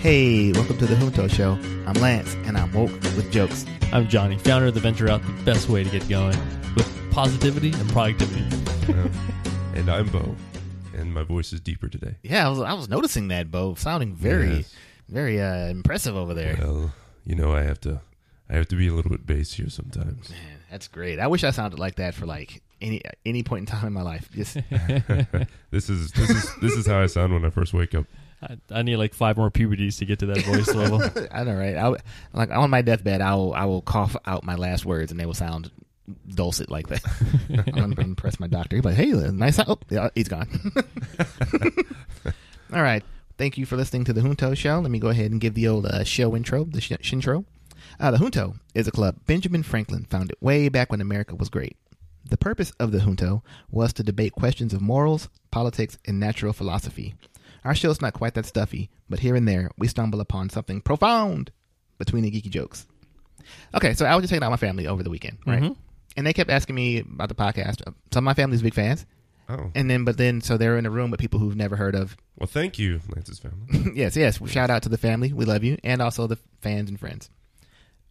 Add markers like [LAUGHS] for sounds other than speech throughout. Hey, welcome to the Junto Show. I'm Lance, and I'm woke with jokes. I'm Johnny, founder of the Venture Out, the best way to get going with positivity and productivity. and I'm Bo, and my voice is deeper today. Yeah, I was, I was noticing that, Bo, sounding very, Yes. very uh, impressive over there. Well, you know, I have to, I have to be a little bit [LAUGHS] bassier sometimes. Man, that's great. I wish I sounded like that for like any any point in time in my life. Just [LAUGHS] This is this is this is how I sound when I first wake up. I, I need like five more puberties to get to that voice [LAUGHS] level. I know, right? I, like on my deathbed, I will I will cough out my last words, and they will sound dulcet like that. [LAUGHS] I'm gonna impress my doctor. He's like, "Hey, nice." Oh, yeah, he's gone. All right. Thank you for listening to the Junto Show. Let me go ahead and give the old uh, show intro, the sh- shintro. Uh, the Junto is a club Benjamin Franklin founded way back when America was great. The purpose of the Junto was to debate questions of morals, politics, and natural philosophy. Our show's not quite that stuffy, but here and there we stumble upon something profound between the geeky jokes. Okay, so I was just hanging out with my family over the weekend, right? And they kept asking me about the podcast. Some of my family's big fans, Oh, and then but then so they're in a room with people who've never heard of. well, thank you, Lance's [LAUGHS] family. [CLEARS THROAT] yes, yes. Shout out to the family. We love you, and also the fans and friends.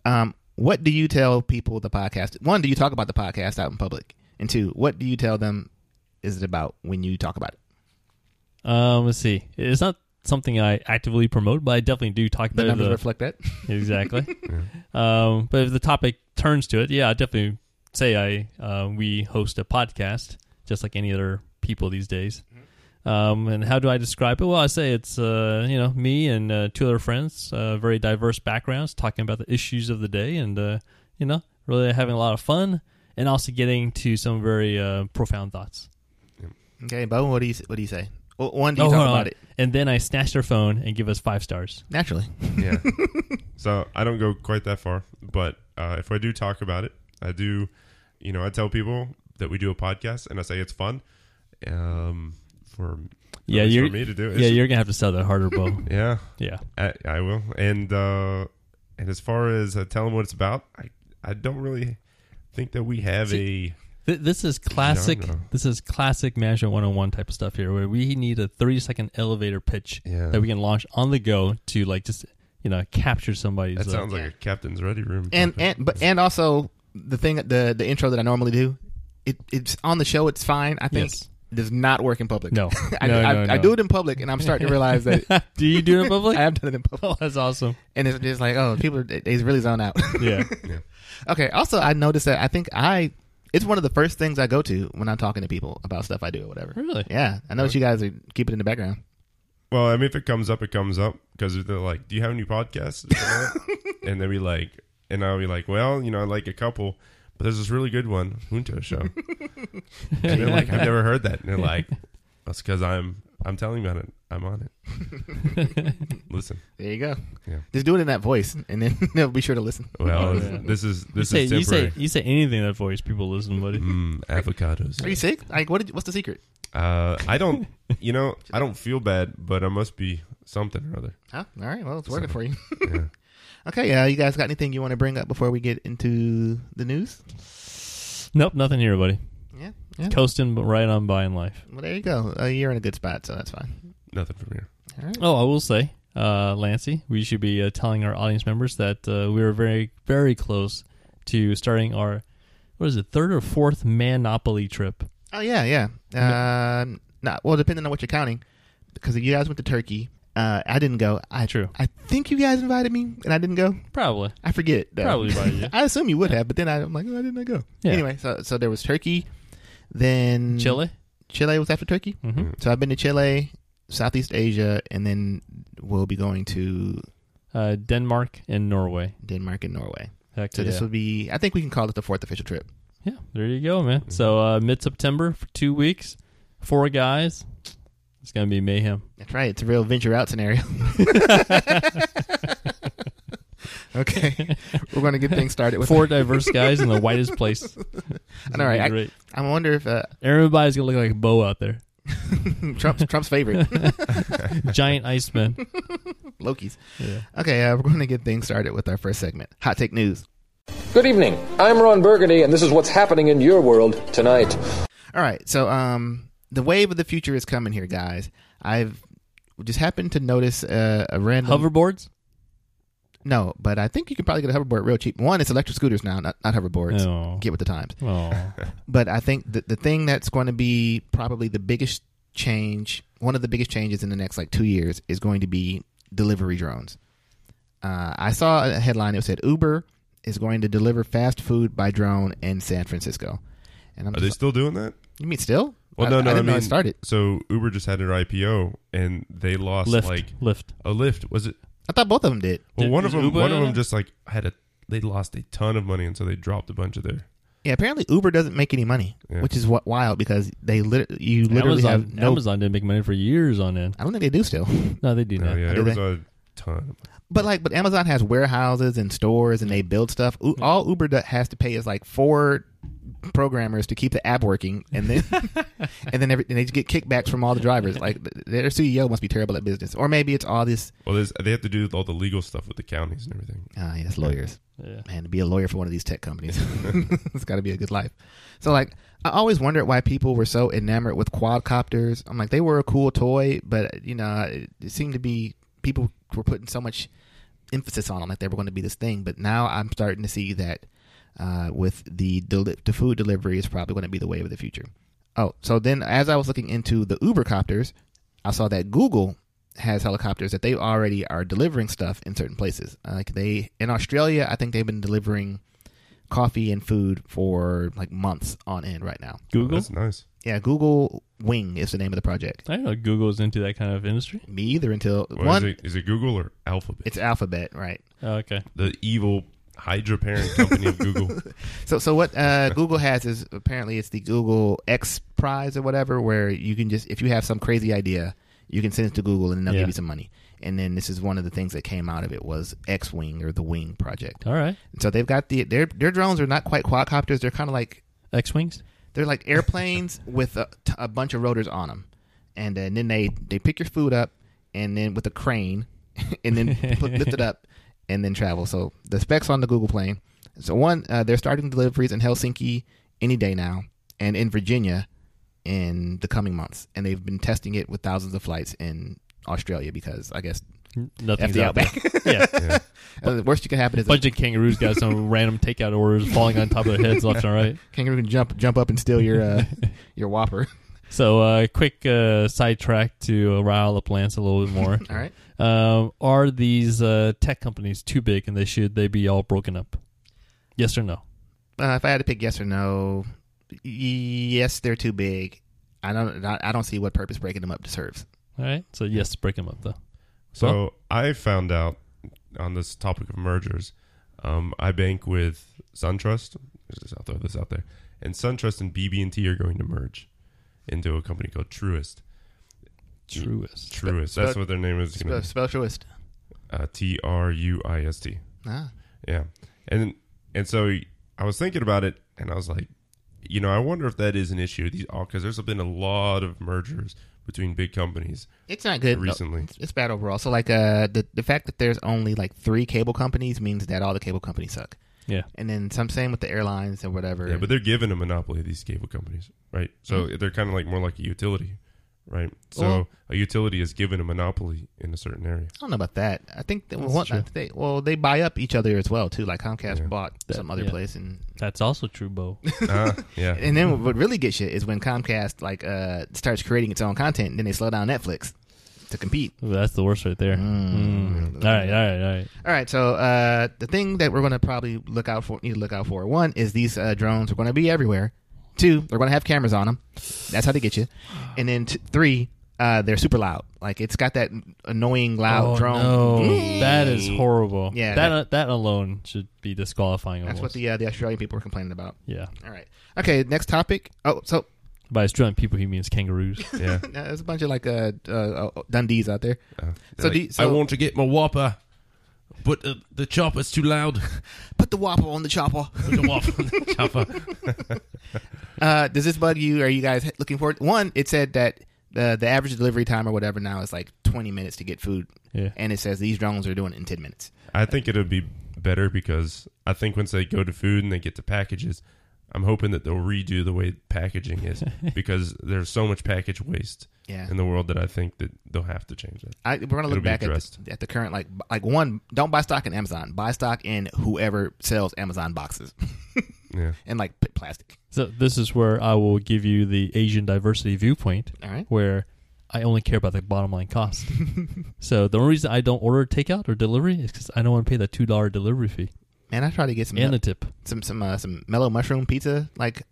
Um, what do you tell people the podcast? One, do you talk about the podcast out in public? And two, what do you tell them? Is it about when you talk about it? Um, let's see. It's not something I actively promote, but I definitely do talk The about numbers it. reflect that. [LAUGHS] [LAUGHS] exactly. Um, but if the topic turns to it, yeah, I definitely say I uh, we host a podcast just like any other people these days. Mm-hmm. Um, and how do I describe it? Well, I say it's uh, you know me and uh, two other friends, uh, very diverse backgrounds, talking about the issues of the day, and uh, you know, really having a lot of fun, and also getting to some very uh, profound thoughts. okay, Bo, what do you what do you say? Well, One, do you Oh, talk hold on. about it And then I snatch their phone and give us five stars. naturally? Yeah. so I don't go quite that far, but uh, if I do talk about it, I do, you know, I tell people that we do a podcast, and I say it's fun. Um, for Yeah, at least you're- for me to do. It's- Yeah, you're gonna have to sell that harder, Bo. [LAUGHS] yeah. yeah. I, I will. And uh, and as far as uh, telling what it's about, I I don't really think that we have a Th- this is classic. Genre. This is classic management one on one type of stuff here, where we need a thirty second elevator pitch Yeah. that we can launch on the go to like just you know capture somebody's. that uh, sounds like a captain's ready room. and topic. and but and also the thing the the intro that I normally do, it it's on the show. It's fine. I think Yes. it does not work in public. [LAUGHS] [LAUGHS] No. I, No, I, no, I no. [LAUGHS] do it in public, and I'm starting to realize that do you do it in [LAUGHS] public? I have done it in public, oh, [LAUGHS] that's awesome. and it's just like oh, people are, they they really zone out. [LAUGHS] Yeah. okay. Also, I noticed that I think I it's one of the first things I go to when I'm talking to people about stuff I do or whatever. Really? Yeah, I noticed you guys are keep it in the background. well, I mean, if it comes up, it comes up because they're like, "Do you have [LAUGHS] any podcasts?" and they'll be like, and I'll be like, "Well, you know, I like a couple." But there's this really good one, Junto Show. [LAUGHS] and they're like, I've never heard that. And they're like, that's because I'm I'm telling you about it. I'm on it. [LAUGHS] Listen. There you go. Yeah. Just do it in that voice, and then [LAUGHS] they'll be sure to listen. Well, Oh, Yeah. this is You this say is you temporary. say you say anything in that voice, people listen, buddy. Mm, [LAUGHS] avocados. Are you sick? Like, what? Did, what's the secret? Uh, I don't, you know, I don't feel bad, but I must be something or other. Huh? All right. Well, it's working for you. Yeah. Okay, uh, you guys got anything you want to bring up before we get into the news? Nope, nothing here, buddy. Yeah, yeah. Coasting right on by in life. Well, there you go. Uh, you're in a good spot, so that's fine. [LAUGHS] Nothing from here. All right. Oh, I will say, uh, Lancy, we should be uh, telling our audience members that uh, we are very, very close to starting our, what is it, third or fourth Manopoly trip. Oh yeah, yeah. Uh, not well, depending on what you're counting, because if you guys went to Turkey, uh, I didn't go. I True. I think you guys invited me, and I didn't go. Probably. I forget. Though. Probably invited you. [LAUGHS] I assume you would have, but then I, am like, why didn't I go? Yeah. Anyway, so so there was Turkey, then Chile? Chile was after Turkey. Mm-hmm. Mm. So I've been to Chile, Southeast Asia, and then we'll be going to Uh, Denmark and Norway. Denmark and Norway. Heck So yeah. this will be. I think we can call it the fourth official trip. yeah, there you go, man. So uh, mid September for two weeks, four guys. It's going to be mayhem. That's right. It's a real venture out scenario. okay, [LAUGHS] we're going to get things started [LAUGHS] with. Four diverse guys in the whitest place. It's I know, gonna be right? I- great. I wonder if uh, Everybody's going to look like Bo out there. [LAUGHS] Trump's Trump's favorite [LAUGHS] Giant Iceman. Loki's. Yeah. Okay, uh, we're going to get things started with our first segment, hot take news. Good evening. I'm Ron Burgundy, and this is what's happening in your world tonight. All right, so um, the wave of the future is coming here, guys. I've just happened to notice uh, a random Hoverboards? No, but I think you can probably get a hoverboard real cheap. One, it's electric scooters now, not, not hoverboards. Oh. Get with the times. [LAUGHS] Oh. But I think the the thing that's going to be probably the biggest change, one of the biggest changes in the next like two years, is going to be delivery drones. Uh, I saw a headline that said Uber is going to deliver fast food by drone in San Francisco, and I'm Are just, they still doing that? you mean still? Well, no, I, no. I I, didn't mean, know it started. So Uber just had their IPO and they lost Lyft. like Lyft. a lift. Was it? I thought both of them did. Well, Did- one of is them, Uber one of in them it? just like had a. They lost a ton of money, and so they dropped a bunch of their. Yeah, apparently Uber doesn't make any money, Yeah. which is what wild because they lit- you literally Amazon, have no. Amazon didn't make money for years on end. I don't think they do still. No, they do Oh, now. yeah, Did there was they? a ton. But like, but Amazon has warehouses and stores, and they build stuff. U- All Uber do- has to pay is like four programmers to keep the app working, and then and then every, and they just get kickbacks from all the drivers. Like th- their CEO must be terrible at business, or maybe it's all this. Well, there's, they have to do all the legal stuff with the counties and everything. Ah, yes, lawyers. Yeah. Man, to be a lawyer for one of these tech companies, [LAUGHS] it's got to be a good life. So, like, I always wondered why people were so enamored with quadcopters. I'm like, they were a cool toy, but you know, it, it seemed to be people were putting so much emphasis on them, like they were going to be this thing. But now I'm starting to see that uh, with the deli- the food delivery is probably going to be the way of the future. Oh, so then as I was looking into the Uber copters, I saw that Google has helicopters that they already are delivering stuff in certain places. Uh, Like they in Australia, I think they've been delivering coffee and food for like months on end right now. Google? Oh, That's nice. Yeah, Google Wing is the name of the project. I didn't know Google's into that kind of industry. Me either until What is one. it, is it Google or Alphabet? It's Alphabet, right? Oh, okay. the evil Hydra parent [LAUGHS] company of Google. So, so what [LAUGHS] uh, Google has is apparently it's the Google X Prize or whatever, where you can just if you have some crazy idea, you can send it to Google and they'll Yeah. give you some money. And then this is one of the things that came out of it was X Wing or the Wing project. All right. So they've got the their their drones are not quite quadcopters; they're kind of like X Wings? they're like airplanes [LAUGHS] with a, t- a bunch of rotors on them, and, uh, then they they pick your food up, and then with a crane, [LAUGHS] and then put, lift it up, and then travel. So the specs on the Google plane. So one, uh, they're starting deliveries in Helsinki any day now, and in Virginia in the coming months, and they've been testing it with thousands of flights in Australia because I guess Nothing's the out there. [LAUGHS] yeah. Yeah. uh, [LAUGHS] the worst that can happen is a bunch of kangaroos got [LAUGHS] some random takeout orders falling on top of their heads left and right. kangaroo can jump jump up and steal your uh, [LAUGHS] your whopper. So, uh, quick uh, sidetrack to uh, rile up Lance a little bit [LAUGHS] more. All right. Um, are these uh, tech companies too big, and they should they be all broken up? Yes or no? uh, if I had to pick yes or no, y- yes, they're too big. I don't. I I don't see what purpose breaking them up serves. All right. So yes, break them up though. So I found out on this topic of mergers, um, I bank with SunTrust. Just- I'll throw this out there, and SunTrust and BB and T are going to merge into a company called Truist. Truest. Truist. spell- That's what their name is. Spe- specialist. Uh, T R U I S T. Ah, Yeah, and and so I was thinking about it, and I was like, you know, I wonder if that is an issue. These because there's been a lot of mergers between big companies it's not good. recently. It's- It's bad overall. So like uh, the the fact that there's only like three cable companies means that all the cable companies suck. Yeah. And then some same with the airlines and whatever. Yeah, but they're given a monopoly these cable companies, right? So they're kind of like more like a utility, right? So Well- a utility is given a monopoly in a certain [LAUGHS] area. I don't know about that. I think that, well, That's what- true. they well they buy up each other as well too. Like Comcast Yeah. bought That- some other yeah. place and That's also true, Bo. Ah, yeah. and then what really gets you is when Comcast like uh starts creating its own content and then they slow down Netflix to compete. Ooh, that's the worst right there. Mm. Mm. All right. All right. All right. All right, so uh, the thing that we're going to probably look out for, need to look out for, one is these uh, drones are going to be everywhere. Two, they're going to have cameras on them. That's how they get you. And then t- three, uh, they're super loud. Like it's got that annoying loud Oh, drone. no. that is horrible. Yeah, That uh, that- that, alone should be disqualifying. That's what almost. the uh, the Australian people were complaining about. yeah. All right, okay, next topic. Oh, so [LAUGHS] By Australian people, he means kangaroos. yeah. uh, there's a bunch of like uh, uh, uh, Dundees out there. Uh, [LAUGHS] So do you- so- to get my whopper, but the, the chopper's too loud. [LAUGHS] Put the whopper on the chopper. Put the whopper [LAUGHS] on the chopper. Uh, does this bug you? Are you guys looking forward? One, it said that the the average delivery time or whatever now is like 20 minutes to get food, Yeah. and it says these drones are doing it in 10 minutes. I think it'd be better because I think once they go to food and they get to packages, I'm hoping that they'll redo the way packaging [LAUGHS] is because there's so much package waste Yeah. in the world that I think that they'll have to change that. I, we're gonna It'll look be back at addressed. the, at the current like like one. Don't buy stock in Amazon. Buy stock in whoever sells Amazon boxes Yeah. and like p- plastic. So this is where I will give you the Asian diversity viewpoint, All right. where I only care about the bottom [LAUGHS] line cost. so the only reason I don't order takeout or delivery is because I don't want to pay that two dollar delivery fee Man, I try to get some and the tip. some some uh, some mellow mushroom pizza like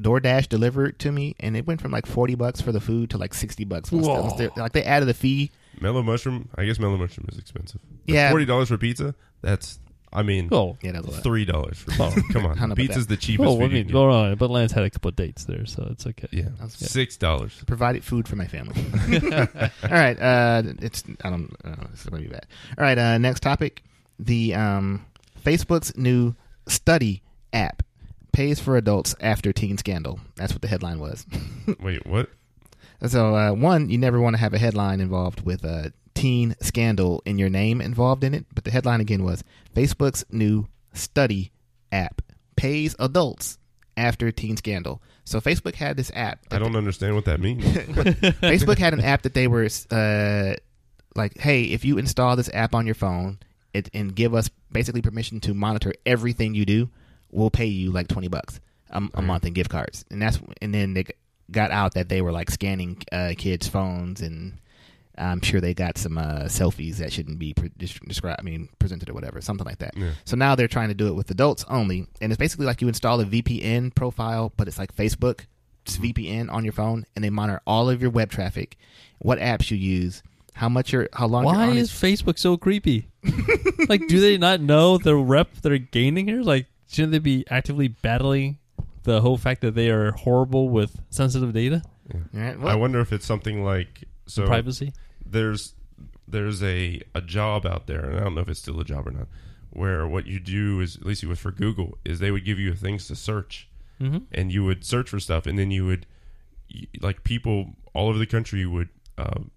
DoorDash delivered to me, and it went from like forty bucks for the food to like sixty bucks. Once they- Whoa. once they- like they added a fee. Mellow mushroom, I guess mellow mushroom is expensive. But Yeah. Forty dollars for pizza? That's I mean Oh, Yeah, that was a lot. three dollars for pizza. Come I don't know on. about Pizza's the cheapest. oh, food I you mean, can well, no, but Lance had a couple of dates there, so it's okay. get. yeah. That's- Six dollars. provided food for my family. [LAUGHS] All right, uh, it's I don't, I don't know, this is gonna be bad. All right, uh, next topic: the um, Facebook's new study app pays for adults after teen scandal. That's what the headline was. Wait, what? so uh, one, you never want to have a headline involved with a teen scandal in your name involved in it. But the headline again was Facebook's new study app pays adults after teen scandal. So Facebook had this app. I don't understand what that means. Facebook had an app that they were uh, like, "Hey, if you install this app on your phone it, and give us basically permission to monitor everything you do, we'll pay you like twenty bucks a, a month in gift cards." And that's and then they g- got out that they were like scanning uh, kids' phones, and I'm sure they got some uh, selfies that shouldn't be pre- described. I mean, presented or whatever, something like that. Yeah. So now they're trying to do it with adults only, and it's basically like you install a VPN profile, but it's like Facebook, Mm-hmm. it's VPN on your phone, and they monitor all of your web traffic, what apps you use, how much you're, how long. Why you're on is it. Facebook so [LAUGHS] creepy? like, do they not know the rep they're gaining here? Like, shouldn't they be actively battling the whole fact that they are horrible with sensitive data, All right, well, I wonder if it's something like so privacy? there's there's a a job out there, and I don't know if it's still a job or not, where what you do is at least it was for Google is they would give you things to search, Mm-hmm. and you would search for stuff, and then you would y- like people all over the country would um,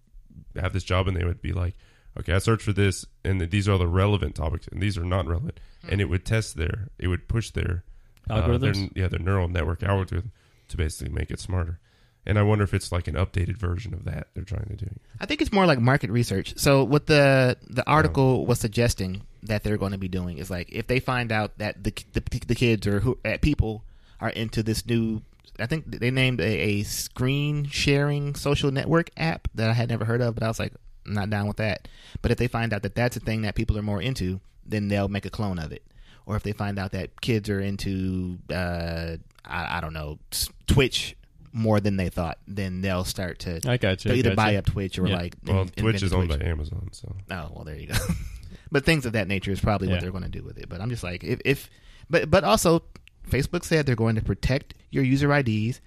have this job, and they would be like, okay, I searched for this, and th- these are the relevant topics, and these are not relevant, and it would test their, it would push their uh, their- Algorithms? yeah, their neural network algorithm to basically make it smarter. And I wonder if it's like an updated version of that they're trying to do. I think it's more like market research. So what the the article was suggesting that they're going to be doing is like if they find out that the the, the kids or who uh, people are into this new. I think they named a, a screen sharing social network app that I had never heard of, but I was like, I'm not down with that. But if they find out that that's a thing that people are more into, then they'll make a clone of it. Or if they find out that kids are into, uh, I, I don't know, s- Twitch more than they thought, then they'll start to I got you. they'll I either got buy you. up Twitch or Yeah. like Well, in- Twitch invent is owned Twitch. by Amazon, so Oh well, there you go. [LAUGHS] but things of that nature is probably what Yeah. they're going to do with it. But I'm just like if, if but but also Facebook said they're going to protect your user [LAUGHS] IDs.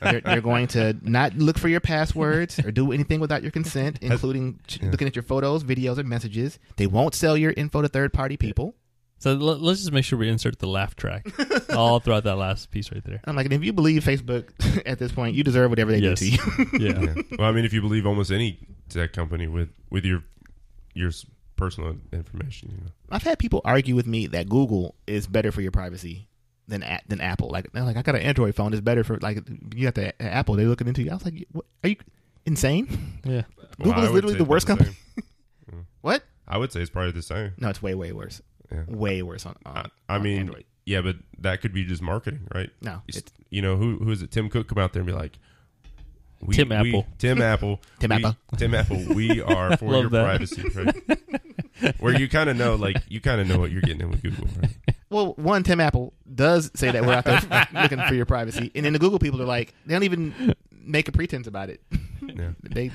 they're, they're going to not look for your passwords or do anything without your consent, including ch looking at your photos, videos, and messages. They won't sell your info to third party people. So l- let's just make sure we insert the laugh [LAUGHS] track all throughout that last piece right there. And I'm like, and if you believe Facebook [LAUGHS] at this point, you deserve whatever they Yes. do to you. [LAUGHS] Yeah. yeah. well, I mean, if you believe almost any tech company with with your your s- personal information, you know, I've had people argue with me that Google is better for your privacy than A- than Apple. Like they're like, I got an Android phone. It's better for like you got the A- Apple. They looking into you. I was like, what, are you insane? Yeah. [LAUGHS] Google Well, I is would literally say the it's worst probably company. what? I would say it's probably the same. No, it's way way worse. Yeah. Way worse on. on I, I on mean, Android. yeah, but that could be just marketing, right? No, uh, It's- it's- you know who who is it? Tim Cook come out there and be like. We, Tim we- Apple. Tim Apple, [LAUGHS] Tim we- Apple. Tim Apple. [LAUGHS] We are for Love your that. privacy, right? where you kind of know, like you kind of know what you're getting in with Google. Right? well, one Tim Apple does say that we're out there [LAUGHS] looking for your privacy, and then the Google people are like, they don't even make a pretense about it. Yeah. They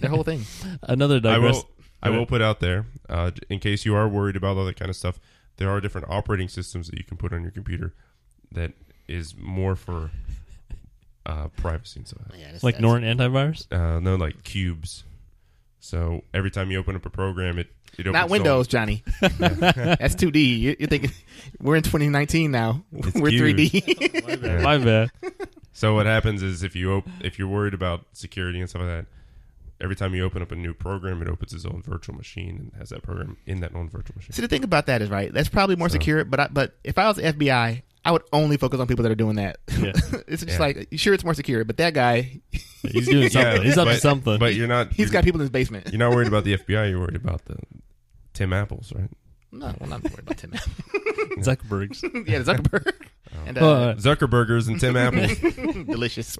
their whole thing. Another I digress. will. I will put out there, uh, j- in case you are worried about all that kind of stuff, there are different operating systems that you can put on your computer that is more for uh, privacy and stuff. Yeah, that's- Like that's- Norton antivirus? Uh, no, like cubes. So every time you open up a program, it it opens Not Windows, [LAUGHS] Johnny. That's 2D. You- You're thinking we're in 2019 now. we're huge. 3D. all- [LAUGHS] yeah. My bad. So what happens is if you op- if you're worried about security and stuff like that, every time you open up a new program, it opens its own virtual machine and has that program in that own virtual [LAUGHS] machine. See, the thing about that is, right? That's probably more secure. But I, but if I was the FBI, I would only focus on people that are doing that. Yeah. [LAUGHS] it's just Yeah. like sure, it's more secure, but that guy, [LAUGHS] He's doing something. He's up but, to something. But you're not. he's you're, got people in his basement. you're not worried about the FBI. You're worried about the Tim Apples, right? No, well, not worried about Tim. [LAUGHS] [LAUGHS] Zuckerberg's. yeah, Zuckerberg Oh. and Uh, uh, [LAUGHS] Zuckerbergers and Tim Apples. [LAUGHS] [LAUGHS] delicious.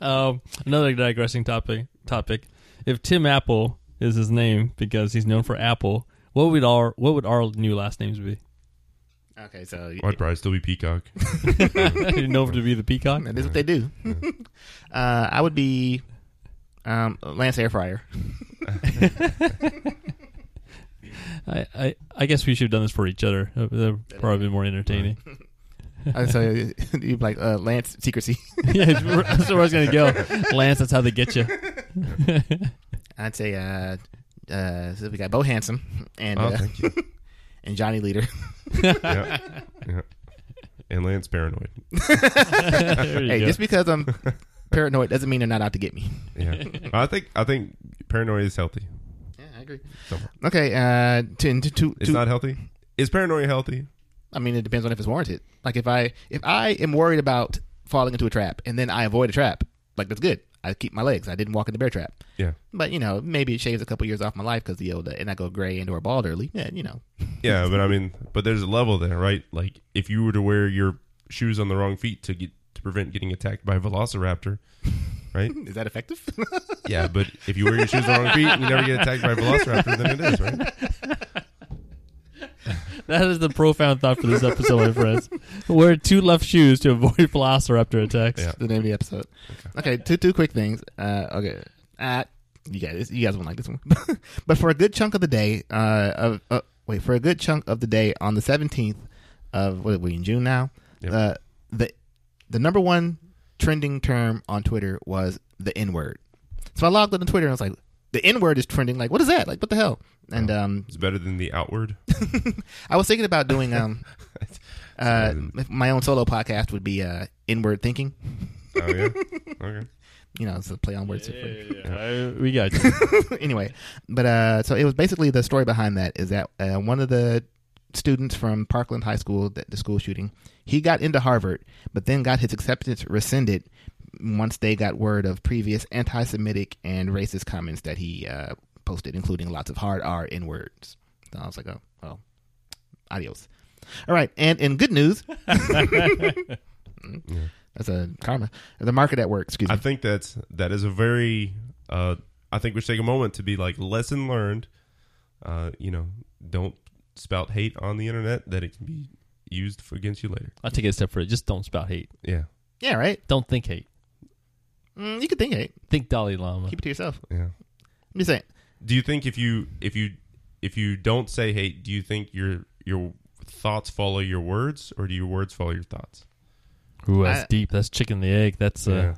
Um, another digressing topic. Topic. If Tim Apple is his name because he's known for Apple, what would our what would our new last names be? [LAUGHS] Okay, so I'd probably still be Peacock. you know to be the peacock. that is what they do. [LAUGHS] uh, I would be um, Lance Air [LAUGHS] Fryer. I, I I guess we should have done this for each other. Uh, That would probably be more entertaining. I so [LAUGHS] you'd be like uh, Lance Secrecy. [LAUGHS] yeah, that's where- that's where I was gonna go. Lance, that's how they get you. [LAUGHS] I'd say uh, uh, so we got Bo Handsome and Oh, uh, thank you. and Johnny Leader. [LAUGHS] Yeah. yeah. And Lance Paranoid. There you Hey, go. just because [LAUGHS] I'm paranoid doesn't mean they're not out to get me. Yeah. I think I think paranoia is healthy. Yeah, I agree. Somewhat. Okay, uh, to, to, to, It's to- not healthy. Is paranoia healthy? I mean, it depends on if it's warranted. Like if I if I am worried about falling into a trap and then I avoid a trap, like that's good. I keep my legs. I didn't walk in the bear trap. Yeah. But you know, maybe it shaves a couple years off my life because the old and I go gray and or bald early. Yeah, you know. Yeah, but I mean, but there's a level there, right? Like if you were to wear your shoes on the wrong feet to get to prevent getting attacked by a velociraptor, right? Is that effective? Yeah, but if you wear your shoes on the wrong feet and you never get attacked by a velociraptor, then it is, right? that is the profound thought for this episode, my friends. Wear two left shoes to avoid [LAUGHS] velociraptor attacks. Yeah. the name of the episode. Okay, two two quick things. Uh, okay, uh, you guys you guys won't like this one, [LAUGHS] but for a good chunk of the day, uh, of, uh, wait for a good chunk of the day on the seventeenth of what are we in June now? Yep. Uh, the the number one trending term on Twitter was the N word. So I logged on to Twitter and I was like, the N word is trending. Like, what is that? Like, what the hell? And um, It's better than the outward. I was thinking about doing [LAUGHS] um, uh, my own solo podcast would be uh, N word thinking. Oh yeah. Okay. You know, it's a play on words. I- we got you. anyway, but uh, so it was basically the story behind that is that uh, one of the students from Parkland High School, the, the school shooting, he got into Harvard, but then got his acceptance rescinded once they got word of previous anti-Semitic and racist comments that he uh, posted, including lots of hard R in words. So I was like, oh, well, adios. All right, and in good news. [LAUGHS] That's a karma. The market at work, excuse me. I think that's that is a very. Uh, I think we should take a moment to be like lesson learned. Uh, you know, don't spout hate on the internet that it can be used for against you later. I'll take it a step further. Just don't spout hate. Yeah, yeah, right? Don't think hate. Mm, you could think it. Think Dalai Lama. Keep it to yourself. yeah. I'm just saying. Do you think if you if you if you don't say hate, do you think your your thoughts follow your words, or do your words follow your thoughts? Ooh, that's I- deep. That's chicken and the egg. That's uh,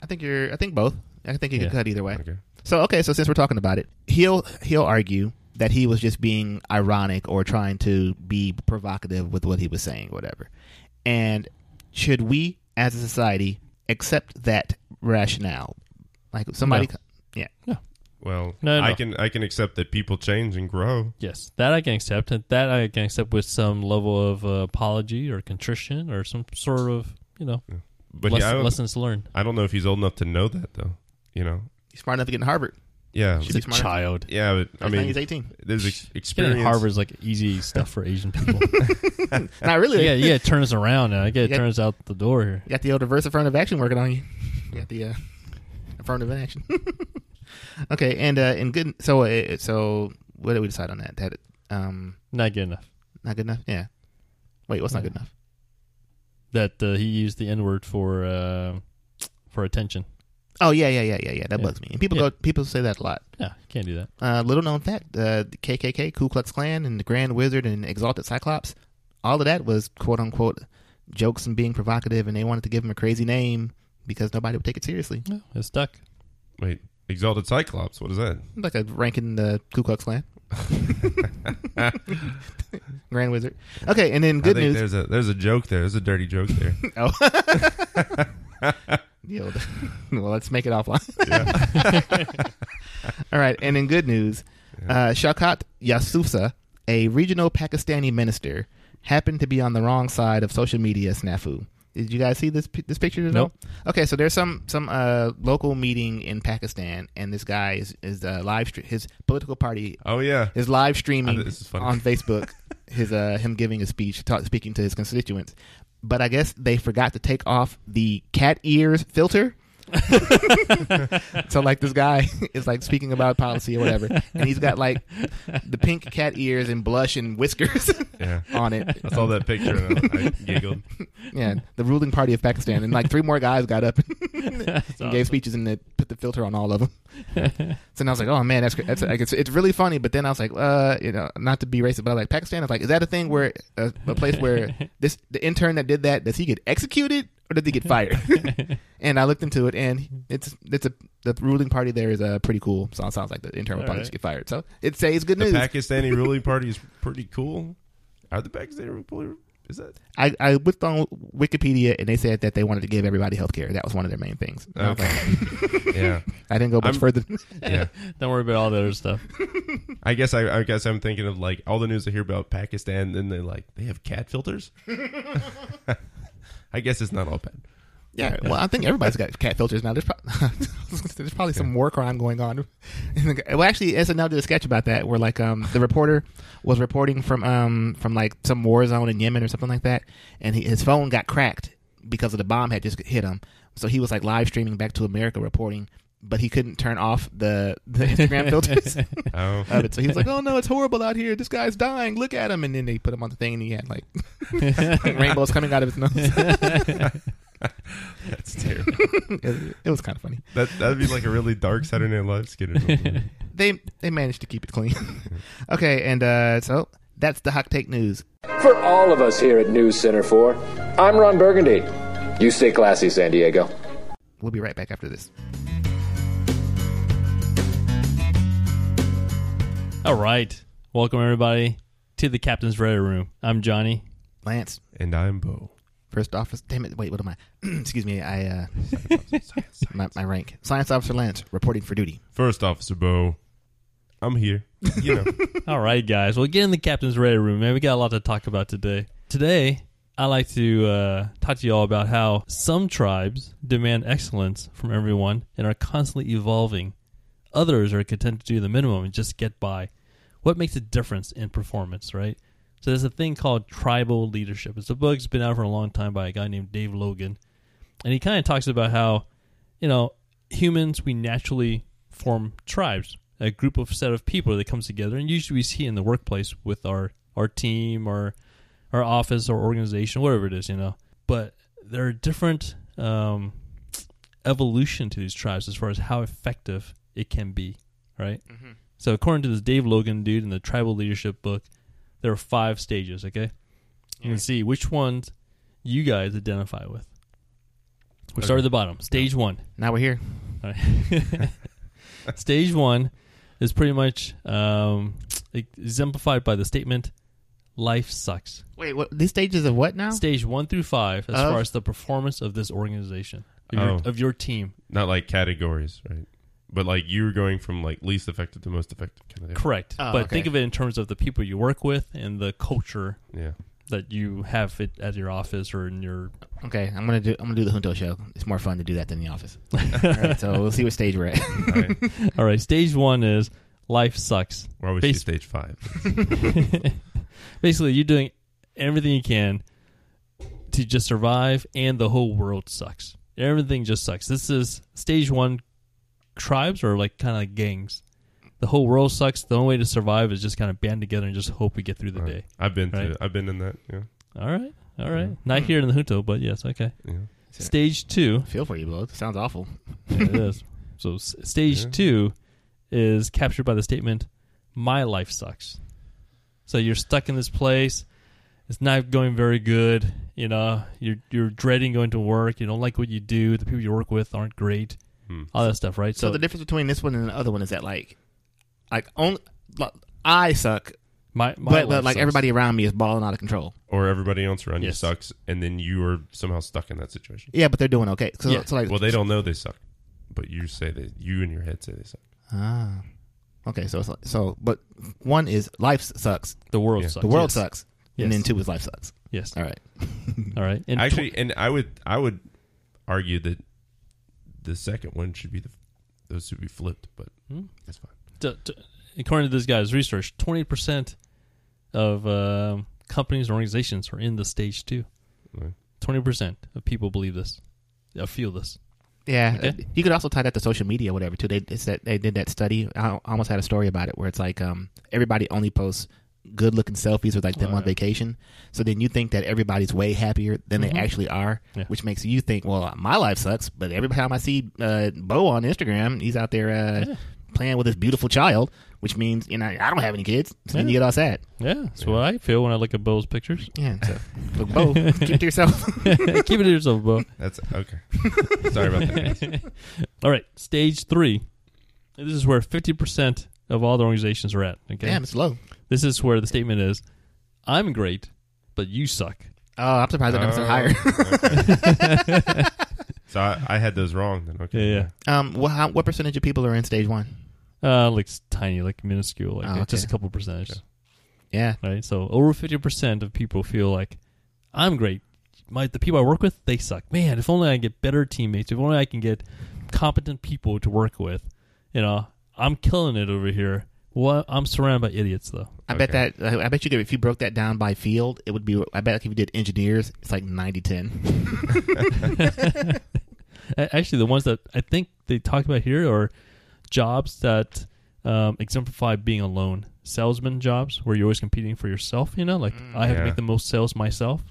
I think you're. I think both. I think you Yeah. can cut either way. Okay. So okay. So since we're talking about it, he'll he'll argue that he was just being ironic or trying to be provocative with what he was saying, whatever. And should we, as a society, accept that rationale? Like somebody, No. yeah, Well, No, no. I can I can accept that people change and grow. Yes, that I can accept. That I can accept with some level of uh, apology or contrition or some sort of you know But lesson, yeah, I, don't, lessons learned. I don't know if he's old enough to know that though. You know. he's smart enough to get in Harvard. Yeah. Should be smart. enough. Child, Yeah, but I He's- mean, he's eighteen. there's ex- getting experience. Harvard's like easy stuff for Asian people. Not really. [LAUGHS] yeah, yeah, it turns around now. I get it Yeah. turns out the door here. You got the old reverse affirmative action working on you. You got the uh, affirmative action. [LAUGHS] okay, and uh, and good. So uh, so what did we decide on that? That um, Not good enough. not good enough. Yeah. Wait, what's not good enough? That uh, he used the N word for uh, for attention. Oh yeah, yeah, yeah, yeah, yeah. That Yeah. bugs me. And people Yeah. go, people say that a lot. Yeah, can't do that. Uh, little known fact: uh, the KKK, Ku Klux Klan, and the Grand Wizard and Exalted Cyclops, all of that was quote unquote jokes and being provocative, and they wanted to give him a crazy name because nobody would take it seriously. No, it's stuck. [LAUGHS] Wait, Exalted Cyclops. What is that? Like a ranking the Ku Klux [LAUGHS] Klan. Grand Wizard. Okay, and then good I think news. There's a there's a joke there. There's a dirty joke there. Oh. The old- [LAUGHS] well, well, let's make it offline. [LAUGHS] All right, and in good news, uh, Shaukat Yasufa, a regional Pakistani minister, happened to be on the wrong side of social media snafu. Did you guys see this pi- this picture at Nope. all? Okay, so there's some some uh, local meeting in Pakistan, and this guy is is uh, live stre- his political party Oh yeah, is live I- streaming this is funny. on Facebook [LAUGHS] his uh, him giving a speech, ta speaking to his constituents. But I guess they forgot to take off the cat ears filter. so like this guy [LAUGHS] is like speaking about policy or whatever, and he's got like the pink cat ears and blush and whiskers [LAUGHS] yeah. on it. I saw that picture and I, I giggled. Yeah, the ruling party of Pakistan, and like three more guys got up That's and gave speeches and they put the filter on all of [LAUGHS] them. so then I was like, oh man, that's, that's like, it's, it's really funny. But then I was like, uh, you know, not to be racist, but I was like, Pakistan is like, is that a thing where a, a place [LAUGHS] where this the intern that did that does he get executed or does he get [LAUGHS] fired? and I looked into it, and it's it's a the ruling party there is uh, pretty cool. So it sounds like the intern will All probably right. just get fired. So it says good The news. Pakistani ruling party is pretty cool. Are the Pakistani ruling party? Is that I, I looked on Wikipedia and they said that they wanted to give everybody health care. That was one of their main things. And I, was like, yeah? I didn't go much I'm- further. Yeah. [LAUGHS] Don't worry about all the other stuff. I guess I, I guess I'm thinking of like all the news I hear about Pakistan. Then they like they have cat filters. [LAUGHS] I guess it's not all bad. Yeah, well, I think everybody's got cat filters now. There's, [LAUGHS] pro- there's probably some war crime going on. And the guy- well, actually, SNL did a sketch about that where like um, the reporter was reporting from um, from like some war zone in Yemen or something like that, and he, his phone got cracked because of the bomb had just hit him. So he was like live streaming back to America reporting, but he couldn't turn off the, the Instagram filters Oh, of it. So he was like, "Oh no, it's horrible out here. This guy's dying. Look at him!" And then they put him on the thing, and he had like [LAUGHS] rainbows coming out of his nose. [LAUGHS] that's terrible. it, it was kind of funny. That that'd be like a really dark Saturday Night Live skit. Or something. they they managed to keep it clean. [LAUGHS] okay, and uh, so that's the hot take news. For all of us here at News Center 4, I'm Ron Burgundy. You stay classy, San Diego. We'll be right back after this. All right. Welcome, everybody, to the Captain's Ready Room. I'm Johnny. Lance, And I'm Bo. first officer. Damn it! Wait, what am I? [CLEARS THROAT] Excuse me. I uh, my, my rank, science officer Lance, reporting for duty. First Officer Bo, I'm here. [LAUGHS] You know, All right, guys. Well, get in the captain's ready room, man. We got a lot to talk about today. Today, I like to uh, talk to y'all about how some tribes demand excellence from everyone and are constantly evolving. Others are content to do the minimum and just get by. What makes a difference in performance, right? So there's a thing called tribal leadership. It's a book that's been out for a long time by a guy named Dave Logan, and he kind of talks about how you know, humans we naturally form tribes, a group of set of people that comes together, and usually we see in the workplace with our our team or our office or organization, whatever it is, you know. But there are different um, evolution to these tribes as far as how effective it can be, right? So according to this Dave Logan dude in the Tribal Leadership book, there are five stages. Okay, you can see which ones you guys identify with. We start at the bottom. Stage one. Now we're here. All right. [LAUGHS] Stage one is pretty much um, exemplified by the statement "Life sucks." Wait, what? These stages of what now? Stage one through five, as Of? far as the performance of this organization of, your, Oh. of your team. not like categories, right? But like you were going from like least effective to most effective kind of thing. Correct, Oh, but okay. think of it in terms of the people you work with and the culture Yeah. that you have it at your office or in your. Okay, I'm gonna do I'm gonna do the Junto show. It's more fun to do that than the office. [LAUGHS] All right, so we'll see what stage we're at. [LAUGHS] All right. All right, stage one is life sucks. [LAUGHS] We're always Basi- at stage five. [LAUGHS] basically you're doing everything you can to just survive and the whole world sucks everything just sucks this is stage one tribes or like kind of like gangs the whole world sucks the only way to survive is just kind of band together and just hope we get through the All right. day I've been Right. to, I've been in that. Yeah. all right all right. not here in the junto but yes okay Hmm. Yeah. stage two Feel for you, Bo. It sounds awful. Yeah, it [LAUGHS] is so s- stage Yeah. two is captured by the statement my life sucks so you're stuck in this place it's not going very good you know you're you're dreading going to work you don't like what you do the people you work with aren't great Hmm. all that stuff right So, the difference between this one and the other one is that like, like only like, I suck, my, my but, life but like sucks. everybody around me is balling out of control. Or everybody else around you Yes. sucks, and then you are somehow stuck in that situation. Yeah, but they're doing okay. So, Yeah. so like, Well, they don't know they suck. but you say that you in your head say they suck. Ah. Okay, so it's like, so, but one is life sucks, The world Yeah. sucks. the world yes. sucks, and then Yes. two is life sucks. Yes. All right. All right. And Actually, and I would I would argue that the second one should be the those should be flipped, but Hmm? that's fine. t- t- according to this guy's research, twenty percent of um companies and organizations are in the stage two. Right. Twenty percent of people believe this, uh, feel this. Yeah, Okay. uh, you could also tie that to social media, or whatever. Too. They it's that they did that study. I al- almost had a story about it where it's like um, everybody only posts good looking selfies with like them Oh, on yeah. vacation. So then you think that everybody's way happier than they actually are, Mm-hmm. Yeah. which makes you think, well, my life sucks. But every time I see uh, Bo on Instagram, he's out there uh, playing with his beautiful child, which means you know I don't have any kids. So then Yeah. you get all sad. Yeah, that's what I feel when I look at Bo's pictures. [LAUGHS] Yeah, so but Bo, keep it to yourself. Keep it to yourself, Bo. That's okay. [LAUGHS] Sorry about that. guys. All right, stage three. This is where fifty percent of all the organizations are at. Okay, Damn, it's low. this is where the statement is: "I'm great, but you suck." Oh, I'm surprised I never said Oh, [LAUGHS] higher. okay. so I, I had those wrong then. Okay. Yeah, yeah. um, wha how, what percentage of people are in stage one? Uh, like s- tiny, like minuscule, like Oh, uh, just a okay. couple percentage. Okay. Yeah, right? So over fifty percent of people feel like I'm great. My the people I work with, they suck. Man, if only I can get better teammates. If only I can get competent people to work with. You know, I'm killing it over here. Well, I'm surrounded by idiots though. I bet Okay. that uh, I I bet you could if you broke that down by field, it would be. I bet like if you did engineers, it's like 90-10. A- [LAUGHS] Actually, the ones that I think they talk about here are jobs that um, exemplify being alone. Salesman jobs where you're always competing for yourself. You know, like I have to Yeah. make the most sales myself.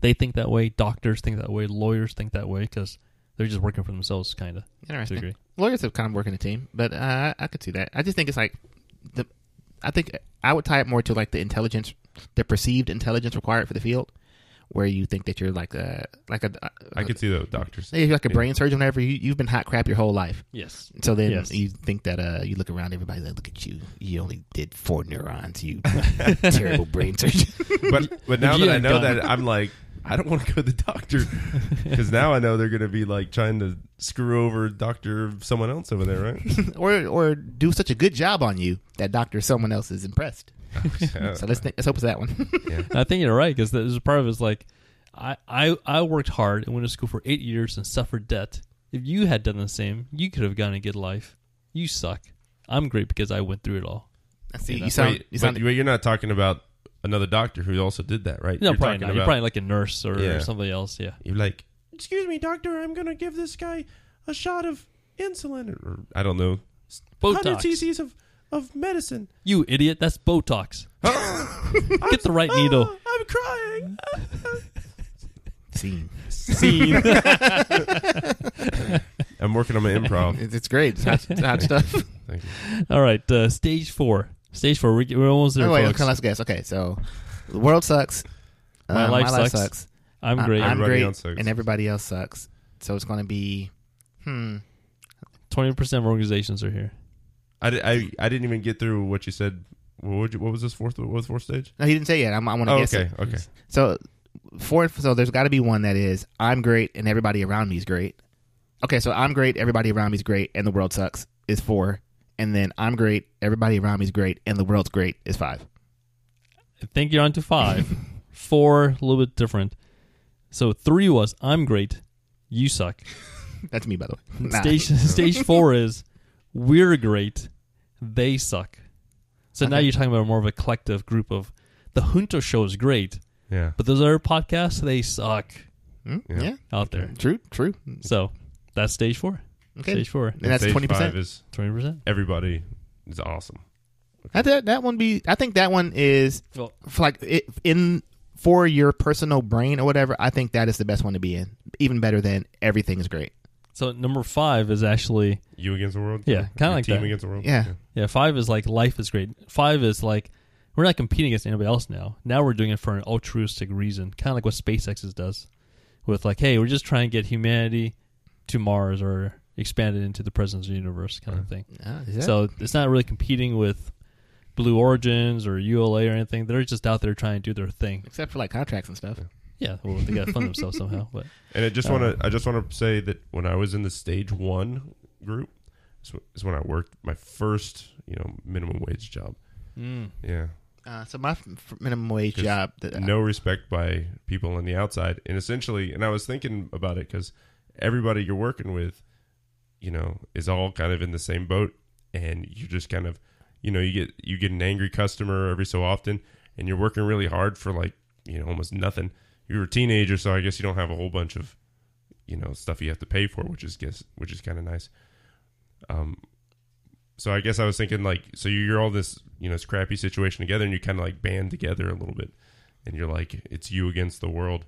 They think that way. Doctors think that way. Lawyers think that way because they're just working for themselves, kind of. Interesting. agree. Lawyers have kind of work in a team, but uh, I could see that. I just think it's like the. I think I would tie it more to like the intelligence, the perceived intelligence required for the field, where you think that you're like a like a. I could see that with doctors. Say if you're like a brain surgeon, whatever you, you've been hot crap your whole life. Yes. So then Yes. you think that uh, you look around, everybody's like, "Look at you! You only did four neurons, [LAUGHS] you terrible brain surgeon." [LAUGHS] But but now that I had know gone- that, I'm like, I don't want to go to the [LAUGHS] doctor because now I know they're going to be like trying to screw over doctor someone else over there, right? [LAUGHS] or or do such a good job on you that doctor someone else is impressed. Yeah. So let's think, let's hope it's that one. [LAUGHS] I think you're right because there's a part of it's like, I, I I worked hard and went to school for eight years and suffered debt. If you had done the same, you could have gotten a good life. You suck. I'm great because I went through it all. I see Yeah, you that's sound Wait, you but sound you- you're not talking about another doctor who also did that, right? No, you're probably talking not. You're about- probably like a nurse or, Yeah. somebody else. Yeah. You're like, excuse me, doctor, I'm going to give this guy a shot of insulin or, or I don't know, 100 Botox. cc's of, of medicine. You idiot. That's Botox. [LAUGHS] Get the right [LAUGHS] [LAUGHS] needle. I'm crying. seen. Scene. I'm working on my [LAUGHS] improv. It's, it's great. It's hot, it's hot stuff. Thank you. [LAUGHS] all right. Uh, stage four. Stage four. We're, we're almost there, Oh, wait, folks. okay, let's guess. Okay, so the world sucks. My Uh, life my life sucks. sucks. I'm great. I, am Everybody great, else sucks. and everybody else sucks. So it's going to be hmm. 20% of organizations are here. I, di- I, I didn't even get through what you said. What, would you, what was this fourth? What was fourth stage? No, he didn't say yet. I'm, I want to Oh, guess. okay, It. okay. So four. So there's got to be one that is I'm great, and everybody around me is great. Okay, so I'm great, everybody around me is great, and the world sucks is four. And then I'm great, everybody around me is great, and the world's great is five. I think you're on to [LAUGHS] five. Four, a little bit different. So three was I'm great, you suck. That's me, by the [LAUGHS] way. Nah. [LAUGHS] Stage stage four is we're great, they suck. So now Okay. you're talking about more of a collective group of the Junto show is great, Yeah. but those other podcasts they suck Hmm? Yeah. Yeah. out there. true, true. So that's stage four. Okay, Stage four. and that's Stage twenty five percent. Is Twenty percent. everybody is awesome. I think that one be. I think that one is Well, for like it, in for your personal brain or whatever. I think that is the best one to be in, even better than everything is great. so number five is actually You against the world. Yeah, kinda Your like team that. against the world. Yeah. yeah, five is like life is great. Five is like we're not competing against anybody else now. Now we're doing it for an altruistic reason, kind of like what SpaceX does, with like, hey, we're just trying to get humanity to Mars or expand it into the presence of the universe, kind of thing. Uh, is that- So it's not really competing with Blue Origins or ULA or anything. They're just out there trying to do their thing. except for like contracts and stuff. Yeah, well, they got to fund themselves somehow. But And I just Uh, want to I just want to say that when I was in the stage one group, is wh- is when I worked my first you know minimum wage job. Hmm. Yeah, Uh, so my f- f- minimum wage 'Cause job that no respect by people on the outside, and essentially, and I was thinking about it because everybody you're working with, you know, is all kind of in the same boat, and you just kind of, you know, you get you get an angry customer every so often, and you're working really hard for like you know almost nothing. You're a teenager, so I guess you don't have a whole bunch of you know stuff you have to pay for, which is guess which is kind of nice. Um, so I guess I was thinking like, so you're all this you know this crappy situation together, and you kind of like band together a little bit, and you're like it's you against the world.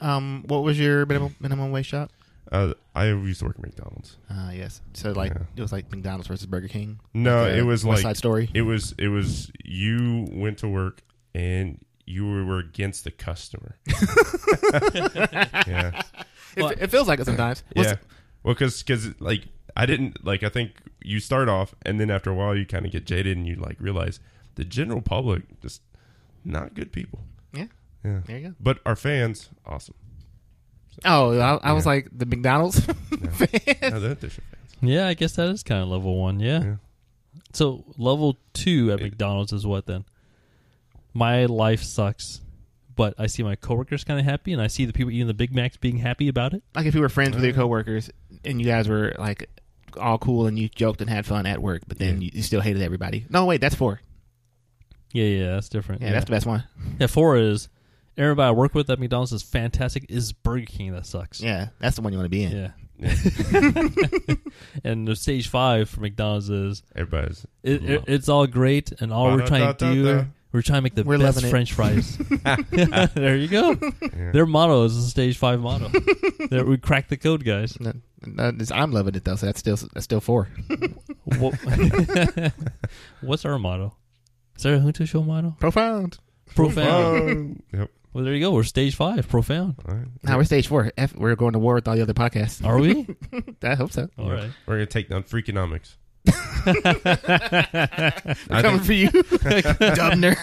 um, what was your minimum minimum wage job? Uh, I used to work at McDonald's. Uh, yes. So like Yeah. it was like McDonald's versus Burger King. No, Like, uh, it was West like Side Story. It was it was you went to work and you were, were against the customer. yeah. It, it feels like it sometimes. What's- yeah. Well, because like I didn't like I think you start off and then after a while you kind of get jaded and you like realize the general public just not good people. yeah. Yeah. There you go. But our fans, awesome. Oh, I, I was Yeah. like the McDonald's [LAUGHS] fan. No, they're different fans. yeah, I guess that is kind of level one. Yeah. Yeah. So level two at McDonald's is what then? My life sucks, but I see my coworkers kind of happy, and I see the people eating the Big Macs being happy about it. Like if you were friends with your coworkers and you guys were like all cool and you joked and had fun at work, but then Yeah. you, you still hated everybody. No, wait, that's four. Yeah, yeah, that's different. Yeah, that's the best one. Yeah, four is everybody I work with at McDonald's is fantastic. Is Burger King that sucks? Yeah, that's the one you want to be in. yeah. [LAUGHS] and the stage five for McDonald's is Everybody's it, it- it's all great, and all we're trying to do, Ba-da-da-da-da. we're trying to make the We're best loving it. French [LAUGHS] fries. there you go. Their motto is the stage five motto. [LAUGHS] There, we cracked the code, guys. No, no, this- I'm loving it though, so that's still that's still four. Wha- [LAUGHS] What's our motto? Is there a Junto Show motto? Profound. Profound. Oh, yep. Well, there you go. We're stage five. Profound. All right. Now we're stage four. F, we're going to war with all the other podcasts. Are we? [LAUGHS] I hope [LAUGHS] so. All right. We're gonna take down Freakonomics. We're coming for [LAUGHS] you, Dubner.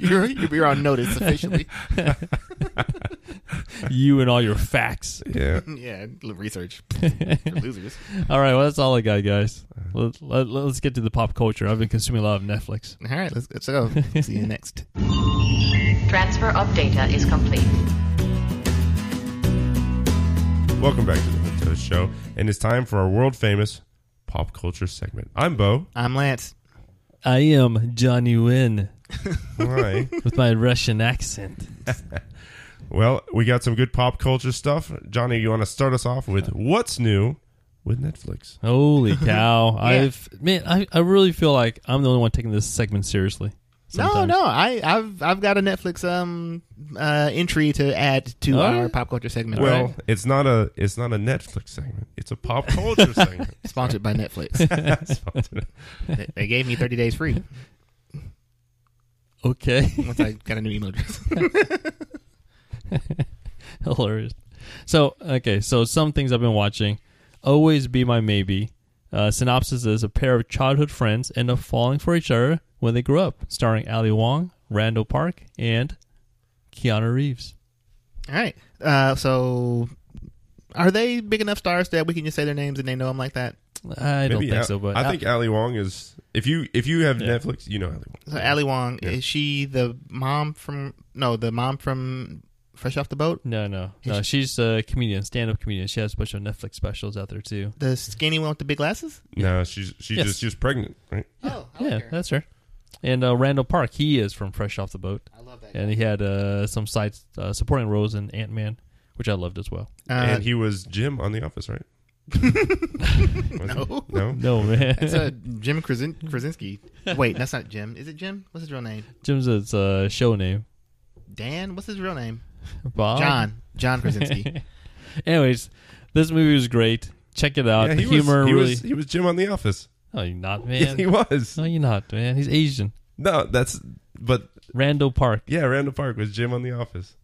[LAUGHS] you're, you're on notice officially. You and all your facts. Yeah. [LAUGHS] yeah, [LAUGHS] research. Losers. All right. Well, that's all I got, guys. Let, let, let's get to the pop culture. I've been consuming a lot of Netflix. All right, let's, let's go. See you next. Transfer of data is complete. Welcome back to the Hotel Show, and it's time for our world famous pop culture segment. [LAUGHS] I'm Bo. I'm Lance. I am Johnny Wynn Hi. with my Russian accent. well, we got some good pop culture stuff. Johnny, you want to start us off with what's new with Netflix? Holy [LAUGHS] cow! I've man, I, I really feel like I'm the only one taking this segment seriously. sometimes. No, no, I, I've I've got a Netflix um uh, entry to add to All our right. pop culture segment. Well, All right. it's not a it's not a Netflix segment. It's [LAUGHS] a pop culture segment. sponsored by Netflix. [LAUGHS] All They- they gave me 30 days free Okay. [LAUGHS] once I got a new email address. hilarious. So okay, so some things I've been watching. Always be my maybe. Uh, synopsis is a pair of childhood friends end up falling for each other when they grow up, starring Ali Wong, Randall Park, and Keanu Reeves. All right. Uh, so, are they big enough stars that we can just say their names and they know them like that? I don't think so, but uh, I think Ali Wong is. If you if you have Netflix, you know Ali Wong. So, Ali Wong Yeah. is she the mom from? No, the mom from Fresh Off the Boat. no, no, no. She's a comedian, stand-up comedian. She has a bunch of Netflix specials out there too. The skinny one with the big glasses. No, she's she's Yes. just she's pregnant, right? Oh, I yeah, like her. that's her. And uh, Randall Park, he is from Fresh Off the Boat, I love that. and he had uh, some side uh, supporting roles in Ant Man, which I loved as [LAUGHS] well. Uh, and he was Jim on The [LAUGHS] Office, right? Was he? no. No. No man, That's [LAUGHS] [LAUGHS] uh, Jim Krasin- Krasinski. Wait, that's not Jim. Is it Jim? What's his real name? Jim's his uh, show name. Dan? What's his real name? Bob. John. John [LAUGHS] Krasinski. [LAUGHS] Anyways, this movie was great. Check it out. Yeah, Uh, the he humor was, he really. was he was Jim on The Office. No, you're [LAUGHS] not, Yeah, man. he was. no, you're not, man. He's Asian. No, that's but Randall Park. yeah, Randall Park was Jim on The Office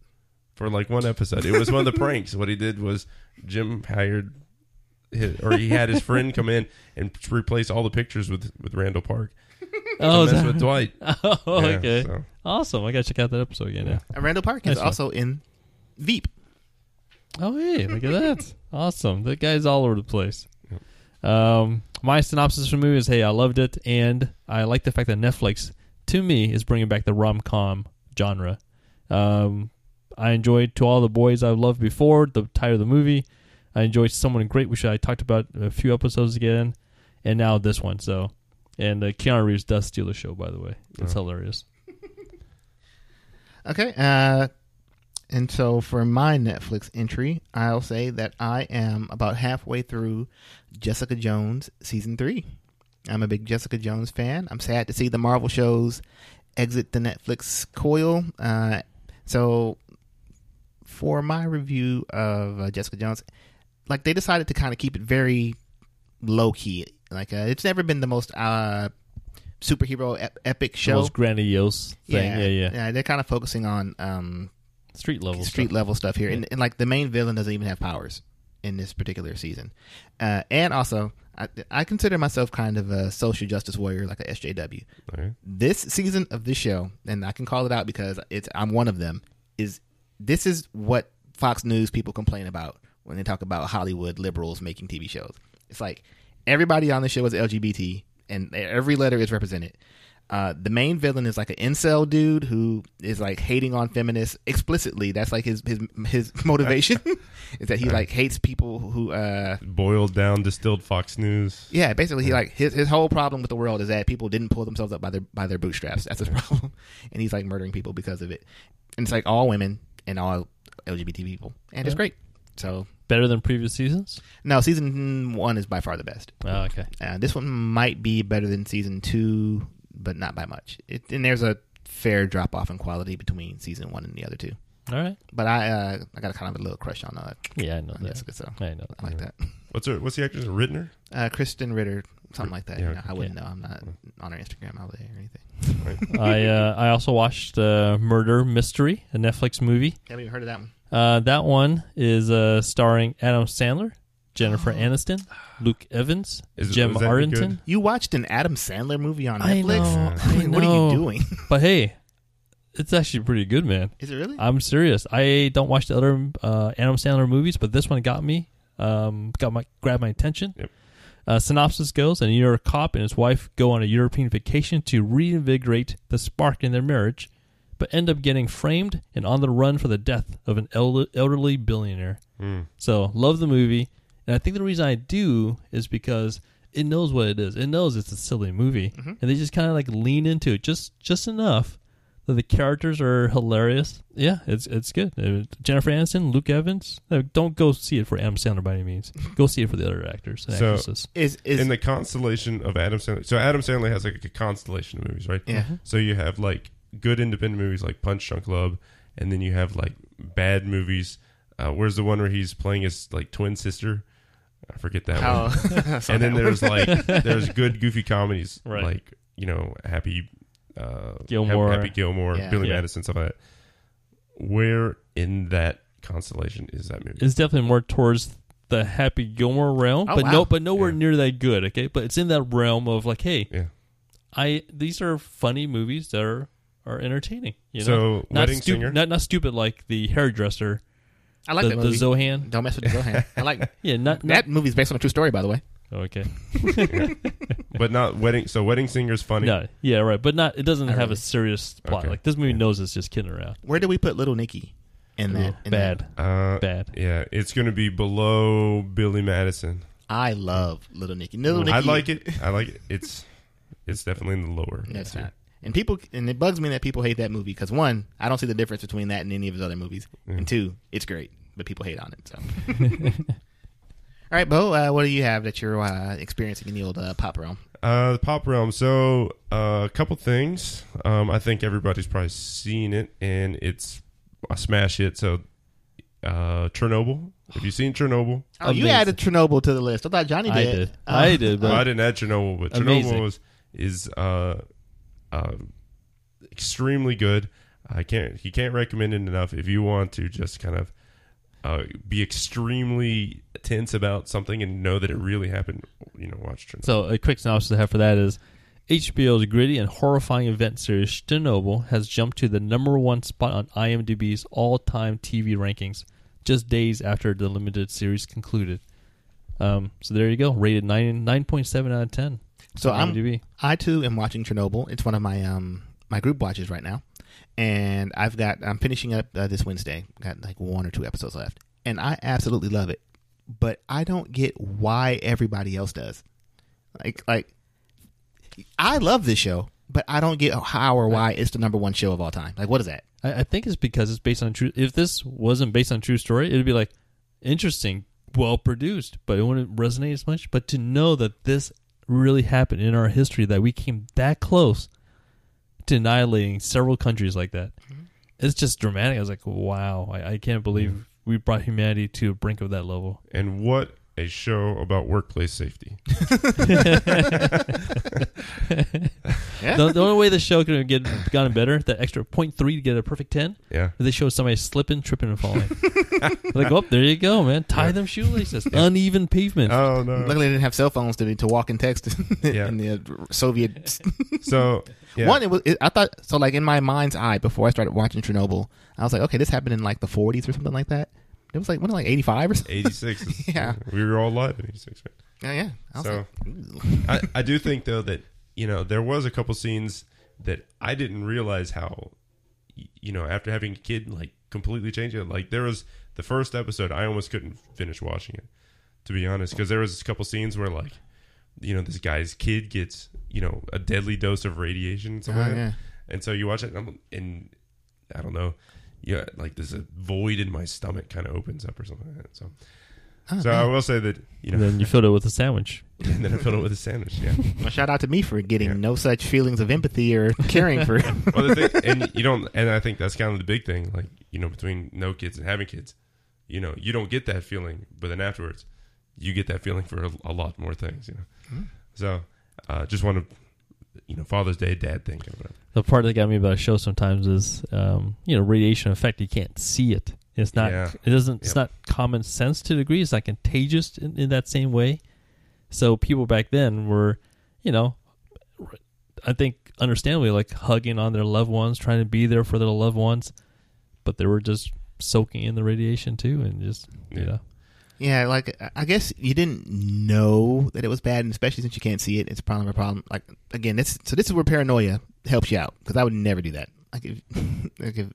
for like one episode. It was one of [LAUGHS] the pranks. What he did was Jim hired [LAUGHS] hi- or he had his friend come in and replace all the pictures with with Randall Park. Oh, I is mess that- with Dwight. [LAUGHS] oh Yeah, okay. so. Awesome. I got to check out that episode again. now. And Randall Park is Nice one. also in Veep. Oh, hey, look at that. Awesome. That guy's all over the place. Um, my synopsis for the movie is hey, I loved it, and I like the fact that Netflix, to me, is bringing back the rom com genre. Um, I enjoyed To All the Boys I've Loved Before, the title of the movie. I enjoyed Someone Great, which I talked about a few episodes again, and now this one. So, And uh, Keanu Reeves does steal the show, by the way. It's hilarious. Okay. Uh, and so for my Netflix entry, I'll say that I am about halfway through Jessica Jones season three. I'm a big Jessica Jones fan. I'm sad to see the Marvel shows exit the Netflix coil. Uh, so for my review of uh, Jessica Jones, like they decided to kind of keep it very low key. Like uh, it's never been the most uh, superhero ep- epic The show. most grandiose thing. Yeah, yeah. They're kind of focusing on um, Street level. street stuff. level stuff here, and, and like the main villain doesn't even have powers in this particular season. Uh, and also, I, I consider myself kind of a social justice warrior, like a SJW. Okay. This season of this show, and I can call it out because it's I'm one of them. Is this is what Fox News people complain about when they talk about Hollywood liberals making TV shows? It's like everybody on the show is LGBT, and every letter is represented. Uh, the main villain is like an incel dude who is like hating on feminists explicitly. That's like his his his [LAUGHS] motivation is that he like hates people who uh Boiled down, distilled Fox News. yeah, basically, he like his his whole problem with the world is that people didn't pull themselves up by their by their bootstraps. That's his [LAUGHS] problem, and he's like murdering people because of it. And it's like all women and all LGBT people, and it's great. So Better than previous seasons? no, season one is by far the best. Oh, okay. Uh, this one might be better than season two, but not by much. It, and there's a fair drop off in quality between season one and the other two. All right. But I uh, I got a kind of a little crush on uh, Yeah, I know on that. Jessica, so I know. I like that. What's her? What's the actress? Rittner. Uh, Kristen Ritter, something like that. Yeah, You know, I wouldn't yeah. know. I'm not on her Instagram all day or anything. Right. I uh, I also watched uh, Murder Mystery, a Netflix movie. Haven't even heard of that one. Uh, that one is uh, starring Adam Sandler, Jennifer [GASPS] Aniston, Luke Evans, Is it- Jim was that any good? Ardenton. You watched an Adam Sandler movie on [LAUGHS] I Netflix? know, I mean, I What are know. you doing? [LAUGHS] But hey, it's actually pretty good, man. Is it Uh, really? I'm serious. I don't watch the other uh, Adam Sandler movies, but this one got me, um, got my grabbed my attention. Yep. Uh, synopsis goes: A New York cop and his wife go on a European vacation to reinvigorate the spark in their marriage, but end up getting framed and on the run for the death of an elder, elderly billionaire. Hmm. So love the movie, and I think the reason I do is because it knows what it is. It knows it's a silly movie, Mm-hmm. and they just kind of like lean into it just just enough that the characters are hilarious. Yeah, it's it's good. Uh, Jennifer Aniston, Luke Evans. Uh, Don't go see it for Adam Sandler by any [LAUGHS] means. go see it for the other actors and So- actresses. is is [LAUGHS] in the constellation of Adam Sandler. So Adam Sandler has like a constellation of movies, right? Yeah. So you have like good independent movies like Punch Drunk Love, and then you have like bad movies. Uh, where's the one where he's playing his like twin sister? I forget that oh, one. I saw [LAUGHS] And that then one. [LAUGHS] there's like there's good goofy comedies, Right. Like you know Happy uh, Gilmore. Happy Gilmore, Yeah. Billy Yeah. Madison, stuff like that. Where in that constellation is that movie? It's definitely more towards the Happy Gilmore realm, Oh, but wow. no, but nowhere Yeah. near that good. Okay, but it's in that realm of like, hey, yeah. I these are funny movies that are are entertaining. You know, So, not Wedding stupid, Singer? not not stupid like the hairdresser, I like the, that the movie. Zohan. Don't mess with the Zohan. I [LAUGHS] like Yeah, not, not that movie's based on a true story, by the way. Oh, okay. But not wedding. So wedding singer's funny. No, yeah, right, but not. It doesn't Not have a really. serious plot. Okay. Like this movie knows it's just kidding around. Where do we put Little Nicky in that? in that? Bad, Uh, bad. Yeah, it's going to be below Billy Madison. I love Little Nicky. Little Nicky. I like [LAUGHS] it. I like it. It's it's definitely in the lower. That's not. And people, and it bugs me that people hate that movie because one, I don't see the difference between that and any of his other movies, Mm. and two, it's great, but people hate on it. So, [LAUGHS] all [LAUGHS] right, Bo, uh, what do you have that you're uh, experiencing in the old uh, pop realm? Uh, the pop realm. So uh, a couple things. Um, I think everybody's probably seen it, and it's a smash hit. So uh, Chernobyl. Have you seen Chernobyl? Oh, you added Chernobyl to the list. I thought Johnny did. I did, Uh, I did, but Well, I didn't add Chernobyl, but Amazing. Chernobyl was, is uh, uh, extremely good. I can't you can't recommend it enough if you want to just kind of uh, be extremely tense about something and know that it really happened. You know, watch Chernobyl. so a quick synopsis I have for that is, HBO's gritty and horrifying event series Chernobyl has jumped to the number one spot on IMDb's all-time TV rankings, just days after the limited series concluded. Um, so there you go, rated nine nine point seven out of ten. So on IMDb. I'm, I too am watching Chernobyl. It's one of my um my group watches right now, and I've got I'm finishing up uh, this Wednesday. Got like one or two episodes left, and I absolutely love it. But I don't get why everybody else does. Like like I love this show, but I don't get how or why it's the number one show of all time. Like what is that? I, I think it's because it's based on a true. If this wasn't based on a true story, it'd be like interesting, well produced, but it wouldn't resonate as much. But to know that this really happened in our history, that we came that close to annihilating several countries like that, it's just dramatic. I was like, wow, I, I can't believe we brought humanity to a brink of that level. And what a show about workplace safety. the, the only way the show could have get, gotten better, that extra 0.3 to get a perfect 10, Yeah. They show somebody slipping, tripping, and [LAUGHS] falling. like, oh, there you go, man. Tie them shoelaces. Uneven pavement. [LAUGHS] Oh no. Luckily, they didn't have cell phones to to walk and text [LAUGHS] Yeah. in the Soviet So yeah. One, it was. It, I thought so. Like in my mind's eye, before I started watching Chernobyl, I was like, okay, this happened in like the 40s or something like that. It was like when like 85 or something. 86. is- Yeah. We were all live in 86, right? Yeah, yeah. I was So- like, ooh. I, I do think though that you know there was a couple scenes that I didn't realize how y- you know after having a kid like completely changed it. Like there was the first episode I almost couldn't finish watching it to be honest because there was a couple scenes where like you know this guy's kid gets you know a deadly dose of radiation and stuff Oh, like that. yeah. and so you watch it and, I'm, and I don't know yeah like there's a void in my stomach kind of opens up or something like that. So Oh, so I will say that you know [LAUGHS] And then you filled it with a sandwich. and then I filled it with a sandwich yeah. well, shout out to me for getting Yeah. no such feelings of empathy [LAUGHS] or caring for. well, the thing, and you don't, and I think that's kind of the big thing, like you know, between no kids and having kids, you know, you don't get that feeling, but then afterwards, you get that feeling for a, a lot more things, you know. So, uh, just want to, you know, Father's Day, Dad thing. Kind of The part that got me about a show sometimes is, um, you know, radiation effect. You can't see it. It's not. Yeah. It doesn't. It's Yep. not common sense to a degree. It's not contagious in, in that same way. So people back then were, you know, I think understandably like hugging on their loved ones, trying to be there for their loved ones, but they were just soaking in the radiation too, and just Yeah. you know. yeah, like I- I guess you didn't know that it was bad, and especially since you can't see it, it's probably a problem. Like again, this so this is where paranoia helps you out because I would never do that. Like, if, [LAUGHS] like if,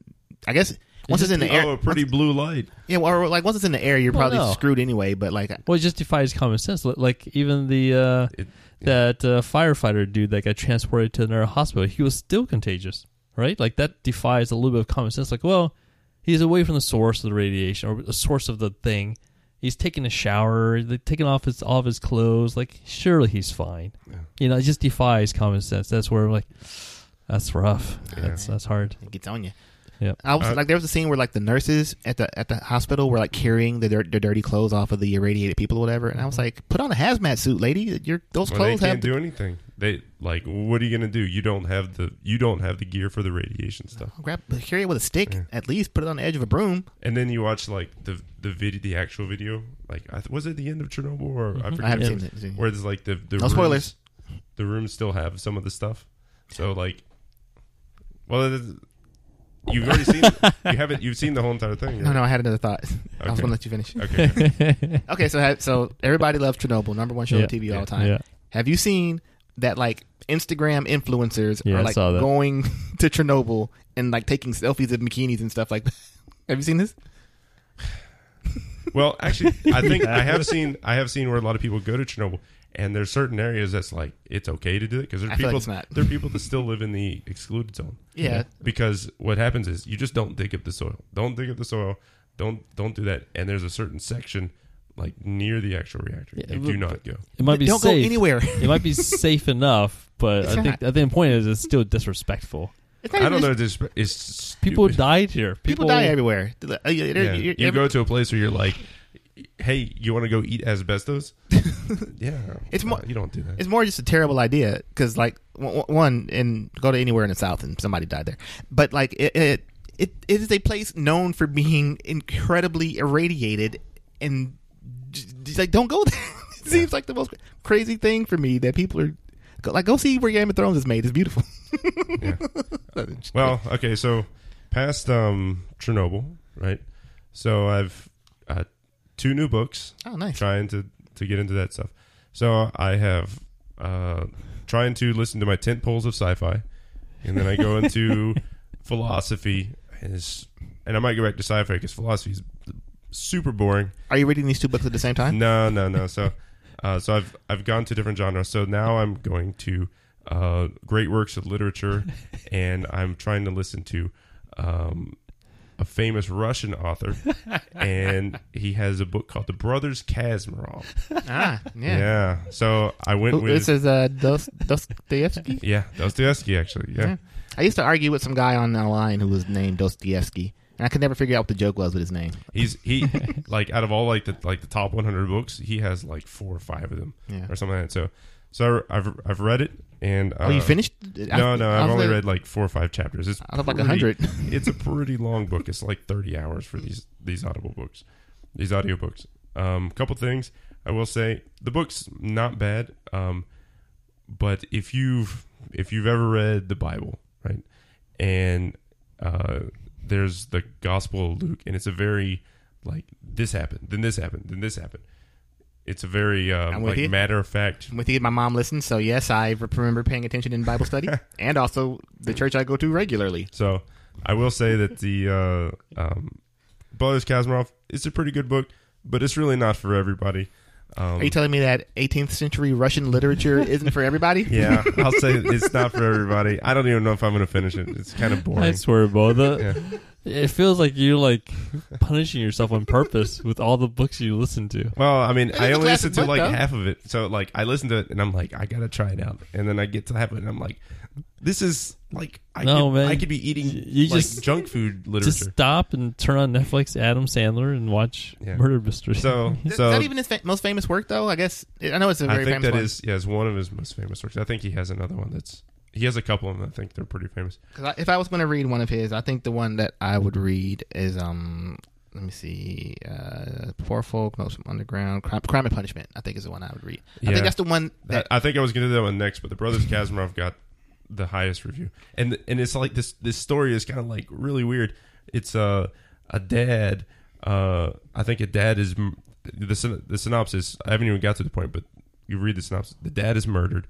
I guess once it's in the air, oh, a pretty blue light. yeah, well, or like once it's in the air, you're Well, probably no. screwed anyway. But like, Well, it just defies common sense. Li- Like even the uh, It- that uh, firefighter dude that got transported to another hospital, he was still contagious, right? Like that defies a little bit of common sense. Like, well, he's away from the source of the radiation or the source of the thing. He's taking a shower, they taking off his all of his clothes. Like, surely he's fine. You know, it just defies common sense. That's where I'm like, that's rough. That's that's hard. it gets on you. Yeah. I was Uh, like, there was a scene where like the nurses at the at the hospital were like carrying the, dirt, the dirty clothes off of the irradiated people or whatever, and I was like, put on a hazmat suit, lady. Your those Mm-hmm. Well, they clothes have. can't do anything. They like, what are you gonna do? You don't have the, you don't have the gear for the radiation stuff. [LAUGHS] grab carry it with a stick. At least put it on the edge of a broom. And then you watch like the the video, the actual video. Like, I th- was it the end of Chernobyl or I forget? Mm-hmm. I haven't if- seen it. where there's like the the No spoilers. rooms- The rooms still have some of the stuff, so like, well, it is- you've already seen you haven't you've seen the whole entire thing. No, right? no, I had another thought. [LAUGHS] I was Okay. gonna let you finish. Okay, [LAUGHS] Okay, so ha- so everybody loves Chernobyl, number one show Yeah, on TV yeah, all time. yeah. Have you seen that like Instagram influencers Yeah, I are like saw that. going [LAUGHS] to Chernobyl and like taking selfies of bikinis and stuff like that? [LAUGHS] Have you seen this? well, actually, I think I have seen I have seen where a lot of people go to Chernobyl, and there's certain areas that's like it's okay to do it because there are I feel like people it's not. there are people that still live in the excluded zone. Yeah. because what happens is you just don't dig up the soil. Don't dig up the soil. Don't don't do that. And there's a certain section like near the actual reactor. Yeah, you but- do not go. It might be Don't go safe. anywhere. [LAUGHS] it might be safe enough, but It's I think not. I think the point is it's still disrespectful. It's not I even don't just- know. This it's People stupid. died here. People, People, die everywhere. Uh, you- Yeah. there- You, you- every- go to a place where you're like, "Hey, you want to go [LAUGHS] eat asbestos?" yeah, It's no, more- You don't do that. It's more just a terrible idea because, like, w- w- one, and go to anywhere in the South and somebody died there. But like, it it, it, it is a place known for being incredibly irradiated, [LAUGHS] and j- j- like, don't go there. it seems like the most crazy thing for me that people are Go, like, go see where Game of Thrones is made. It's beautiful. [LAUGHS] Yeah. Well, okay, so past um, Chernobyl, right? So I've uh, two new books oh, nice. trying to to get into that stuff. So I have uh, trying to listen to my tent poles of sci-fi, and then I [LAUGHS] go into philosophy, and, it's- and I might go back to sci-fi because philosophy is super boring. Are you reading these two books at the same [LAUGHS] time? No, no, no. So, uh, so I've I've gone to different genres. So now I'm going to uh, great works of literature, and I'm trying to listen to um, a famous Russian author, and he has a book called The Brothers Karamazov. ah, Yeah. yeah. So I went Who- with this is uh, Dos- Dostoevsky. yeah Dostoevsky actually. Yeah. Yeah. I used to argue with some guy on online who was named Dostoevsky, and I could never figure out what the joke was with his name. He's he [LAUGHS] like out of all like the like the top 100 books, he has like four or five of them Yeah. or something like that. So so I- I've I've read it and uh, Oh, you finished? I- No, no, I I've was only like- read like four or five chapters. It's Out of, like, pretty- 100. [LAUGHS] it's a pretty long book. It's like thirty hours for these these audible books, these audio books. Um, couple things I will say: the book's not bad. Um, but if you've if you've ever read the Bible, right, and uh, there's the Gospel of Luke, and it's a very like this happened, then this happened, then this happened. It's a very um, I'm with like you. matter of fact. With you, my mom listens, so yes, I remember paying attention in Bible [LAUGHS] study, and also the church I go to regularly. So I will say that the uh, um, Brothers Karamazov it's a pretty good book, but it's really not for everybody. Um, Are you telling me that 18th century Russian literature isn't for everybody? [LAUGHS] yeah, I'll say it's not for everybody. I don't even know if I'm going to finish it. It's [LAUGHS] kind of I boring. swear, Bo. The, Yeah. It feels like you're like punishing yourself on purpose with all the books you listen to. Well, I mean, I a only classic listened to book, like though. half of it. So like, I listened to it and I'm like, I gotta try it out. And then I get to half of it and I'm like, this is like, I, No, could, man. I could be eating You like just- junk food Just literature. stop and turn on Netflix, Adam Sandler, and watch Yeah. Murder Mystery. So, Is so that even his fa- most famous work, though? I guess I know it's a very I think famous that one. is yeah, it's one of his most famous works. I think he has another one that's he has a couple of them. I think they're pretty famous. 'Cause I, if I was going to read one of his, I think the one that I would read is um, let me see, uh, Poor Folk, No Some Underground, Crime, Crime and Punishment. I think is the one I would read. I Yeah. think that's the one That, that I think I was going to do that one next, but the Brothers Karamazov got the highest review, and and it's like this this story is kind of like really weird. It's a a dad. Uh, I think a dad is m- the syn- the synopsis. I haven't even got to the point, but you read the synopsis. The dad is murdered,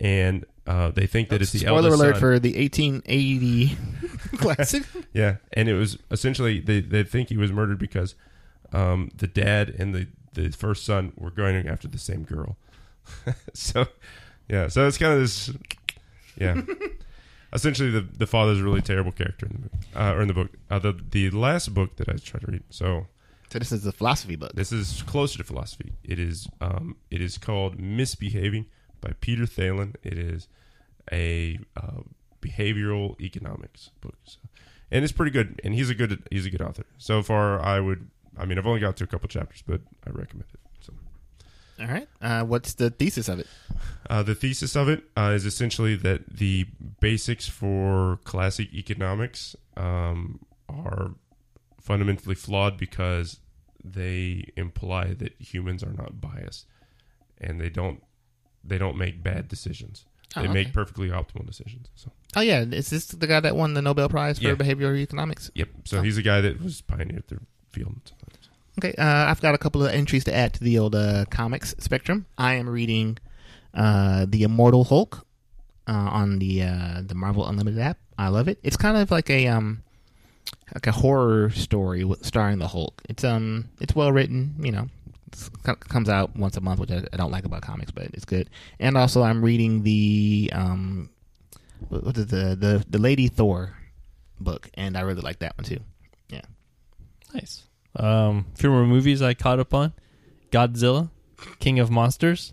and uh, they think that it's the spoiler eldest alert son. for the 1880 [LAUGHS] classic. Yeah, and it was essentially they, they think he was murdered because um, the dad and the, the first son were going after the same girl. [LAUGHS] so, yeah, so it's kind of this, yeah. [LAUGHS] essentially, the the father's a really terrible character in the movie, uh, or in the book. Uh, the the last book that I tried to read. So So this is a philosophy book. this is closer to philosophy. It is um, it is called Misbehaving by Peter Thalen. It is a uh, behavioral economics book, so, and it's pretty good. And he's a good he's a good author. So far, I would I mean I've only got to a couple chapters, but I recommend it. So. All right. Uh, what's the thesis of it? Uh, the thesis of it uh, is essentially that the basics for classic economics um, are fundamentally flawed because they imply that humans are not biased and they don't they don't make bad decisions. Oh, they okay. make perfectly optimal decisions. So Oh yeah, is this the guy that won the Nobel Prize for Yeah. behavioral economics? yep. So he's a guy that was pioneered the field. Okay, uh, I've got a couple of entries to add to the old uh, comics spectrum. I am reading uh, the Immortal Hulk uh, on the uh, the Marvel Unlimited app. I love it. It's kind of like a um like a horror story with- starring the Hulk. It's um it's well written. You know, it's, co- comes out once a month, which I, I don't like about comics, but it's good. And also, I'm reading the um what what is the the the Lady Thor book, and I really like that one too. Yeah. [LAUGHS] nice. Um, a few more movies I caught up on: Godzilla, King of Monsters.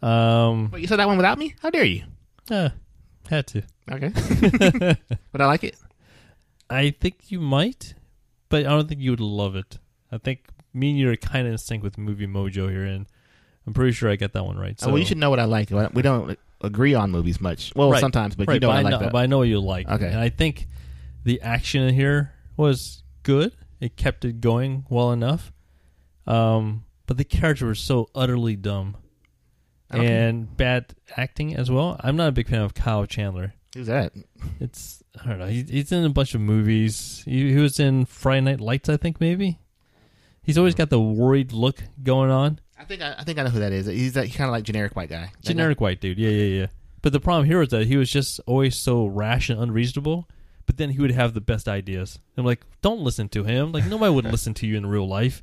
Um, But you saw that one without me? How dare you? eh, had to. [LAUGHS] Okay. but I like it. I think you might, but I don't think you would love it. I think me and you are kind of in sync with movie mojo here, and I'm pretty sure I got that one right. So oh, well, you should know what I like. We don't agree on movies much. Well, Right. sometimes, but right, you know what I know, like that. but I know what you like. Okay. and I think the action in here was good. It kept it going well enough, um, but the characters were so utterly dumb. Okay. and bad acting as well. I'm not a big fan of Kyle Chandler. Who's that? It's I don't know. He, he's in a bunch of movies. He, he was in Friday Night Lights, I think maybe. He's Hmm. always got the worried look going on. I think I, I think I know who that is. He's that kind of like generic white guy. That Generic white dude. Yeah, yeah, yeah. But the problem here was that he was just always so rash and unreasonable. But then he would have the best ideas. I'm like, don't listen to him. Like [LAUGHS] nobody would listen to you in real life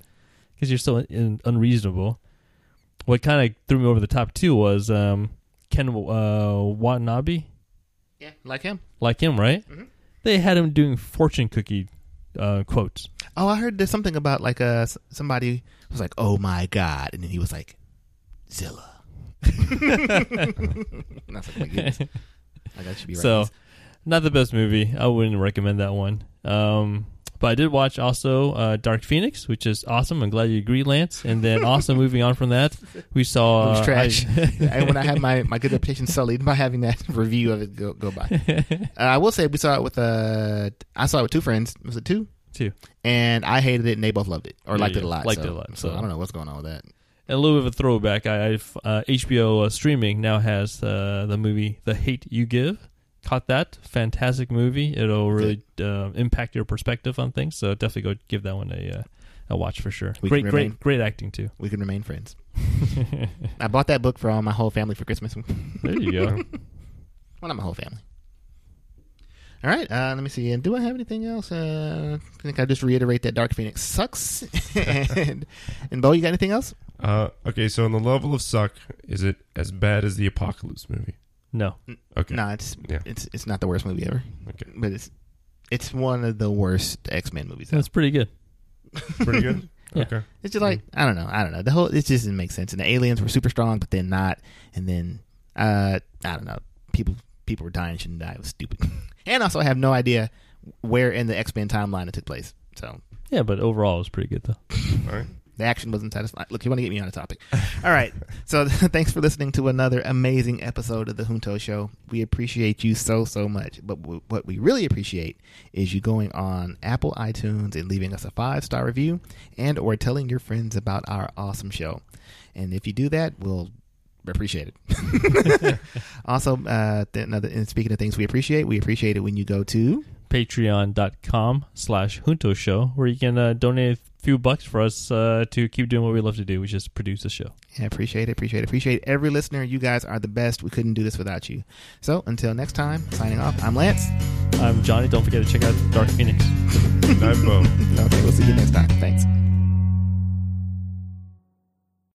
because you're so in, unreasonable. What kind of threw me over the top too was um, Ken uh, Watanabe, guy? Yeah, like him. like him, right? Mm-hmm. They had him doing fortune cookie uh, [LAUGHS] quotes. Oh, I heard there's something about like uh s- somebody was like, "Oh my god," and then he was like, "Zilla." [LAUGHS] and I was like, "My [LAUGHS] goodness." Like, that should be right. So, not the best movie. I wouldn't recommend that one. Um, but I did watch also uh, Dark Phoenix, which is awesome. I'm glad you agree, Lance. And [LAUGHS] then also moving on from that, we saw it was [LAUGHS] trash. Uh, I- and when I had my, my good reputation sullied by having that [LAUGHS] review of it go, go by, [LAUGHS] uh, I will say we saw it with uh I saw it with two friends. Was it two? too. And I hated it, and they both loved it or Yeah, liked it yeah. a lot. Liked so- it a lot, So so. I don't know what's going on with that. And a little bit of a throwback. I, I've, uh, HBO uh, streaming now has uh, the movie The Hate You Give. Caught that fantastic movie. It'll really uh, impact your perspective on things. So definitely go give that one a uh, a watch for sure. We great, can remain- great, great acting too. [LAUGHS] We can remain friends. I bought that book for all my whole family for Christmas. [LAUGHS] There you go. Well, not my whole family. All right, uh, let me see. And do I have anything else? Uh, I think I just reiterate that Dark Phoenix sucks. [LAUGHS] and, and Bo, you got anything else? [LAUGHS] Uh, okay, so on the level of suck, is it as bad as the Apocalypse movie? no, Okay. No, it's Yeah. it's it's not the worst movie ever, Okay. but it's it's one of the worst X Men movies. Ever. that's pretty good. [LAUGHS] Pretty good? Yeah. Okay. It's just like I don't know, I don't know. The whole it just didn't make sense. And the aliens were super strong, but then not. And then uh, I don't know. People people were dying, shouldn't die. It was stupid. [LAUGHS] and also, I have no idea where in the X Men timeline it took place. So Yeah, but overall it was pretty good though. All right. The action wasn't satisfying. Look, you want to get me on a topic. [LAUGHS] All right. So [LAUGHS] thanks for listening to another amazing episode of the Junto Show. We appreciate you so, so much. But w- what we really appreciate is you going on Apple iTunes and leaving us a five-star review and or telling your friends about our awesome show. And if you do that, we'll appreciate it. [LAUGHS] also, uh, th- another, and speaking of things we appreciate, we appreciate it when you go to... patreon.com slash junto show where you can uh, donate a few bucks for us uh, to keep doing what we love to do which is produce the show Yeah, appreciate it, appreciate it, appreciate every listener. You guys are the best. We couldn't do this without you. So until next time, signing off. I'm Lance. i'm johnny don't forget to check out dark phoenix Night, Bo. [LAUGHS] Okay, we'll see you next time. Thanks.